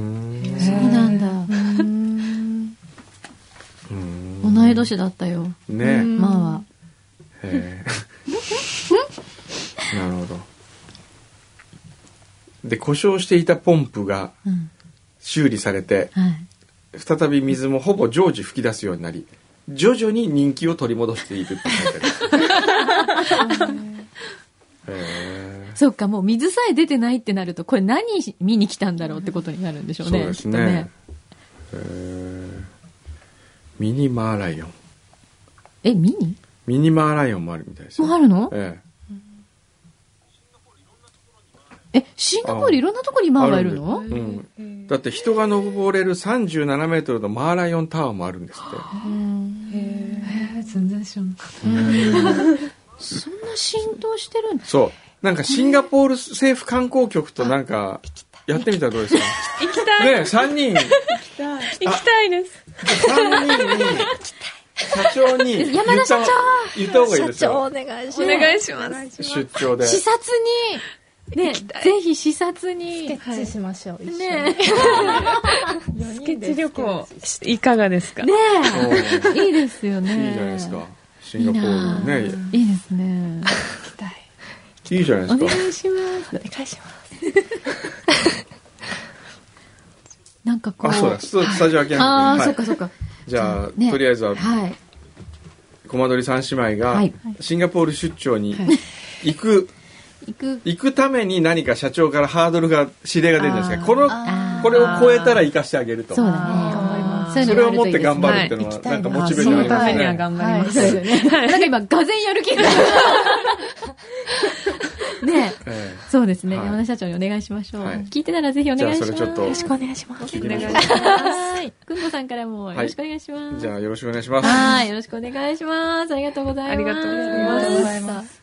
Speaker 2: んだ。同い年だったよ。
Speaker 1: ね
Speaker 2: マーは。
Speaker 1: え。へー なるほど。で、故障していたポンプが
Speaker 2: うん。
Speaker 1: 修理されて、
Speaker 2: はい。
Speaker 1: 再び水もほぼ常時吹き出すようになり、徐々に人気を取り戻しているって書いて ある。へ
Speaker 2: そっか、もう水さえ出てないってなると、これ何見に来たんだろうってことになるんでし
Speaker 1: ー
Speaker 2: ょ
Speaker 1: そう
Speaker 2: ね。
Speaker 1: うで
Speaker 2: きっ
Speaker 1: す
Speaker 2: と
Speaker 1: ね。へーミニマーライオン。
Speaker 2: え、見に
Speaker 1: ミニマーライオンもあるみたいですよ。
Speaker 2: もうあるの
Speaker 1: ええ。
Speaker 2: え、シンガポールいろんなとこにマーがいる
Speaker 1: あ
Speaker 2: の
Speaker 1: んでうん、だって人が登れる37メートルのマーライオンタワーもあるんですっ
Speaker 5: えー全然知らなかった。
Speaker 2: そんな浸透してるんだ
Speaker 1: てそうなんかシンガポール政府観光局となんかやってみたらどうですか
Speaker 5: 行きたい。
Speaker 1: ね三3人
Speaker 5: 行きたいです。
Speaker 1: 三人に社長に言
Speaker 2: 山田
Speaker 1: った
Speaker 2: 社長
Speaker 1: 言った方がいいですよ
Speaker 5: お願いします。
Speaker 1: 出張で
Speaker 2: 視察にね、ぜひ視察
Speaker 6: ス
Speaker 2: に。
Speaker 6: ケッチしましょう。一緒に
Speaker 2: ね
Speaker 5: スケッチ旅行、いかがですか
Speaker 2: ね
Speaker 1: お
Speaker 2: いいですよね。
Speaker 1: いいじゃないですか。シンガポールね。
Speaker 2: いいですね。
Speaker 1: いいじゃない
Speaker 2: お
Speaker 1: ですか。
Speaker 2: 願いします。
Speaker 5: お願いします。
Speaker 2: なんかこう。
Speaker 1: あ、そうだ。ススタジオ開け
Speaker 2: あ
Speaker 1: な
Speaker 2: あ、
Speaker 1: い
Speaker 2: そっかそっか。
Speaker 1: じゃあ、
Speaker 2: ね
Speaker 1: とりあえずは、
Speaker 2: はい。
Speaker 1: コマドリ三姉妹が
Speaker 2: はい、
Speaker 1: シンガポール出張に
Speaker 5: はい
Speaker 1: 行く、
Speaker 2: 行く。
Speaker 1: 行くために何か社長からハードルが、指令が出るんです
Speaker 5: あ
Speaker 1: か
Speaker 5: ー
Speaker 1: この、
Speaker 2: あー
Speaker 1: これを超えたら行かしてあげると。
Speaker 2: そうだね。
Speaker 5: 頑張ります
Speaker 2: ういう
Speaker 1: そ
Speaker 2: の
Speaker 1: れ
Speaker 2: があ
Speaker 1: を
Speaker 2: ると
Speaker 1: 持
Speaker 2: い
Speaker 1: っ
Speaker 2: いで
Speaker 1: て
Speaker 2: す
Speaker 6: は
Speaker 1: 頑張るっていうのは、
Speaker 2: ね
Speaker 6: い
Speaker 1: なんかモ
Speaker 6: 行
Speaker 1: チ
Speaker 6: き
Speaker 1: ベ
Speaker 6: たい
Speaker 1: ーション
Speaker 5: その
Speaker 1: にな
Speaker 5: ため
Speaker 1: り
Speaker 5: には
Speaker 1: ますね。
Speaker 5: 頑張
Speaker 6: は
Speaker 5: り
Speaker 6: い、
Speaker 5: ま
Speaker 6: そ
Speaker 5: す。
Speaker 6: うですね。
Speaker 2: なんか今、がぜんやる気が。 ね
Speaker 1: ええ
Speaker 2: そうですね。
Speaker 1: はい
Speaker 2: 山田社長にお願いしましょう。
Speaker 1: はい
Speaker 2: 聞いてたらぜひお願いしま
Speaker 1: じ
Speaker 2: す。
Speaker 1: ゃあそれちょっと
Speaker 2: よろしくお願いします。
Speaker 1: 聞いてみましょう
Speaker 2: はい。くんこさんからもよろしくお願いします。
Speaker 1: じゃあよろしくお願いします。
Speaker 2: はい、よろしくお願いします。ありがとうございます。
Speaker 5: ありがとうござい
Speaker 6: ありがとうござい
Speaker 2: す。
Speaker 6: ます。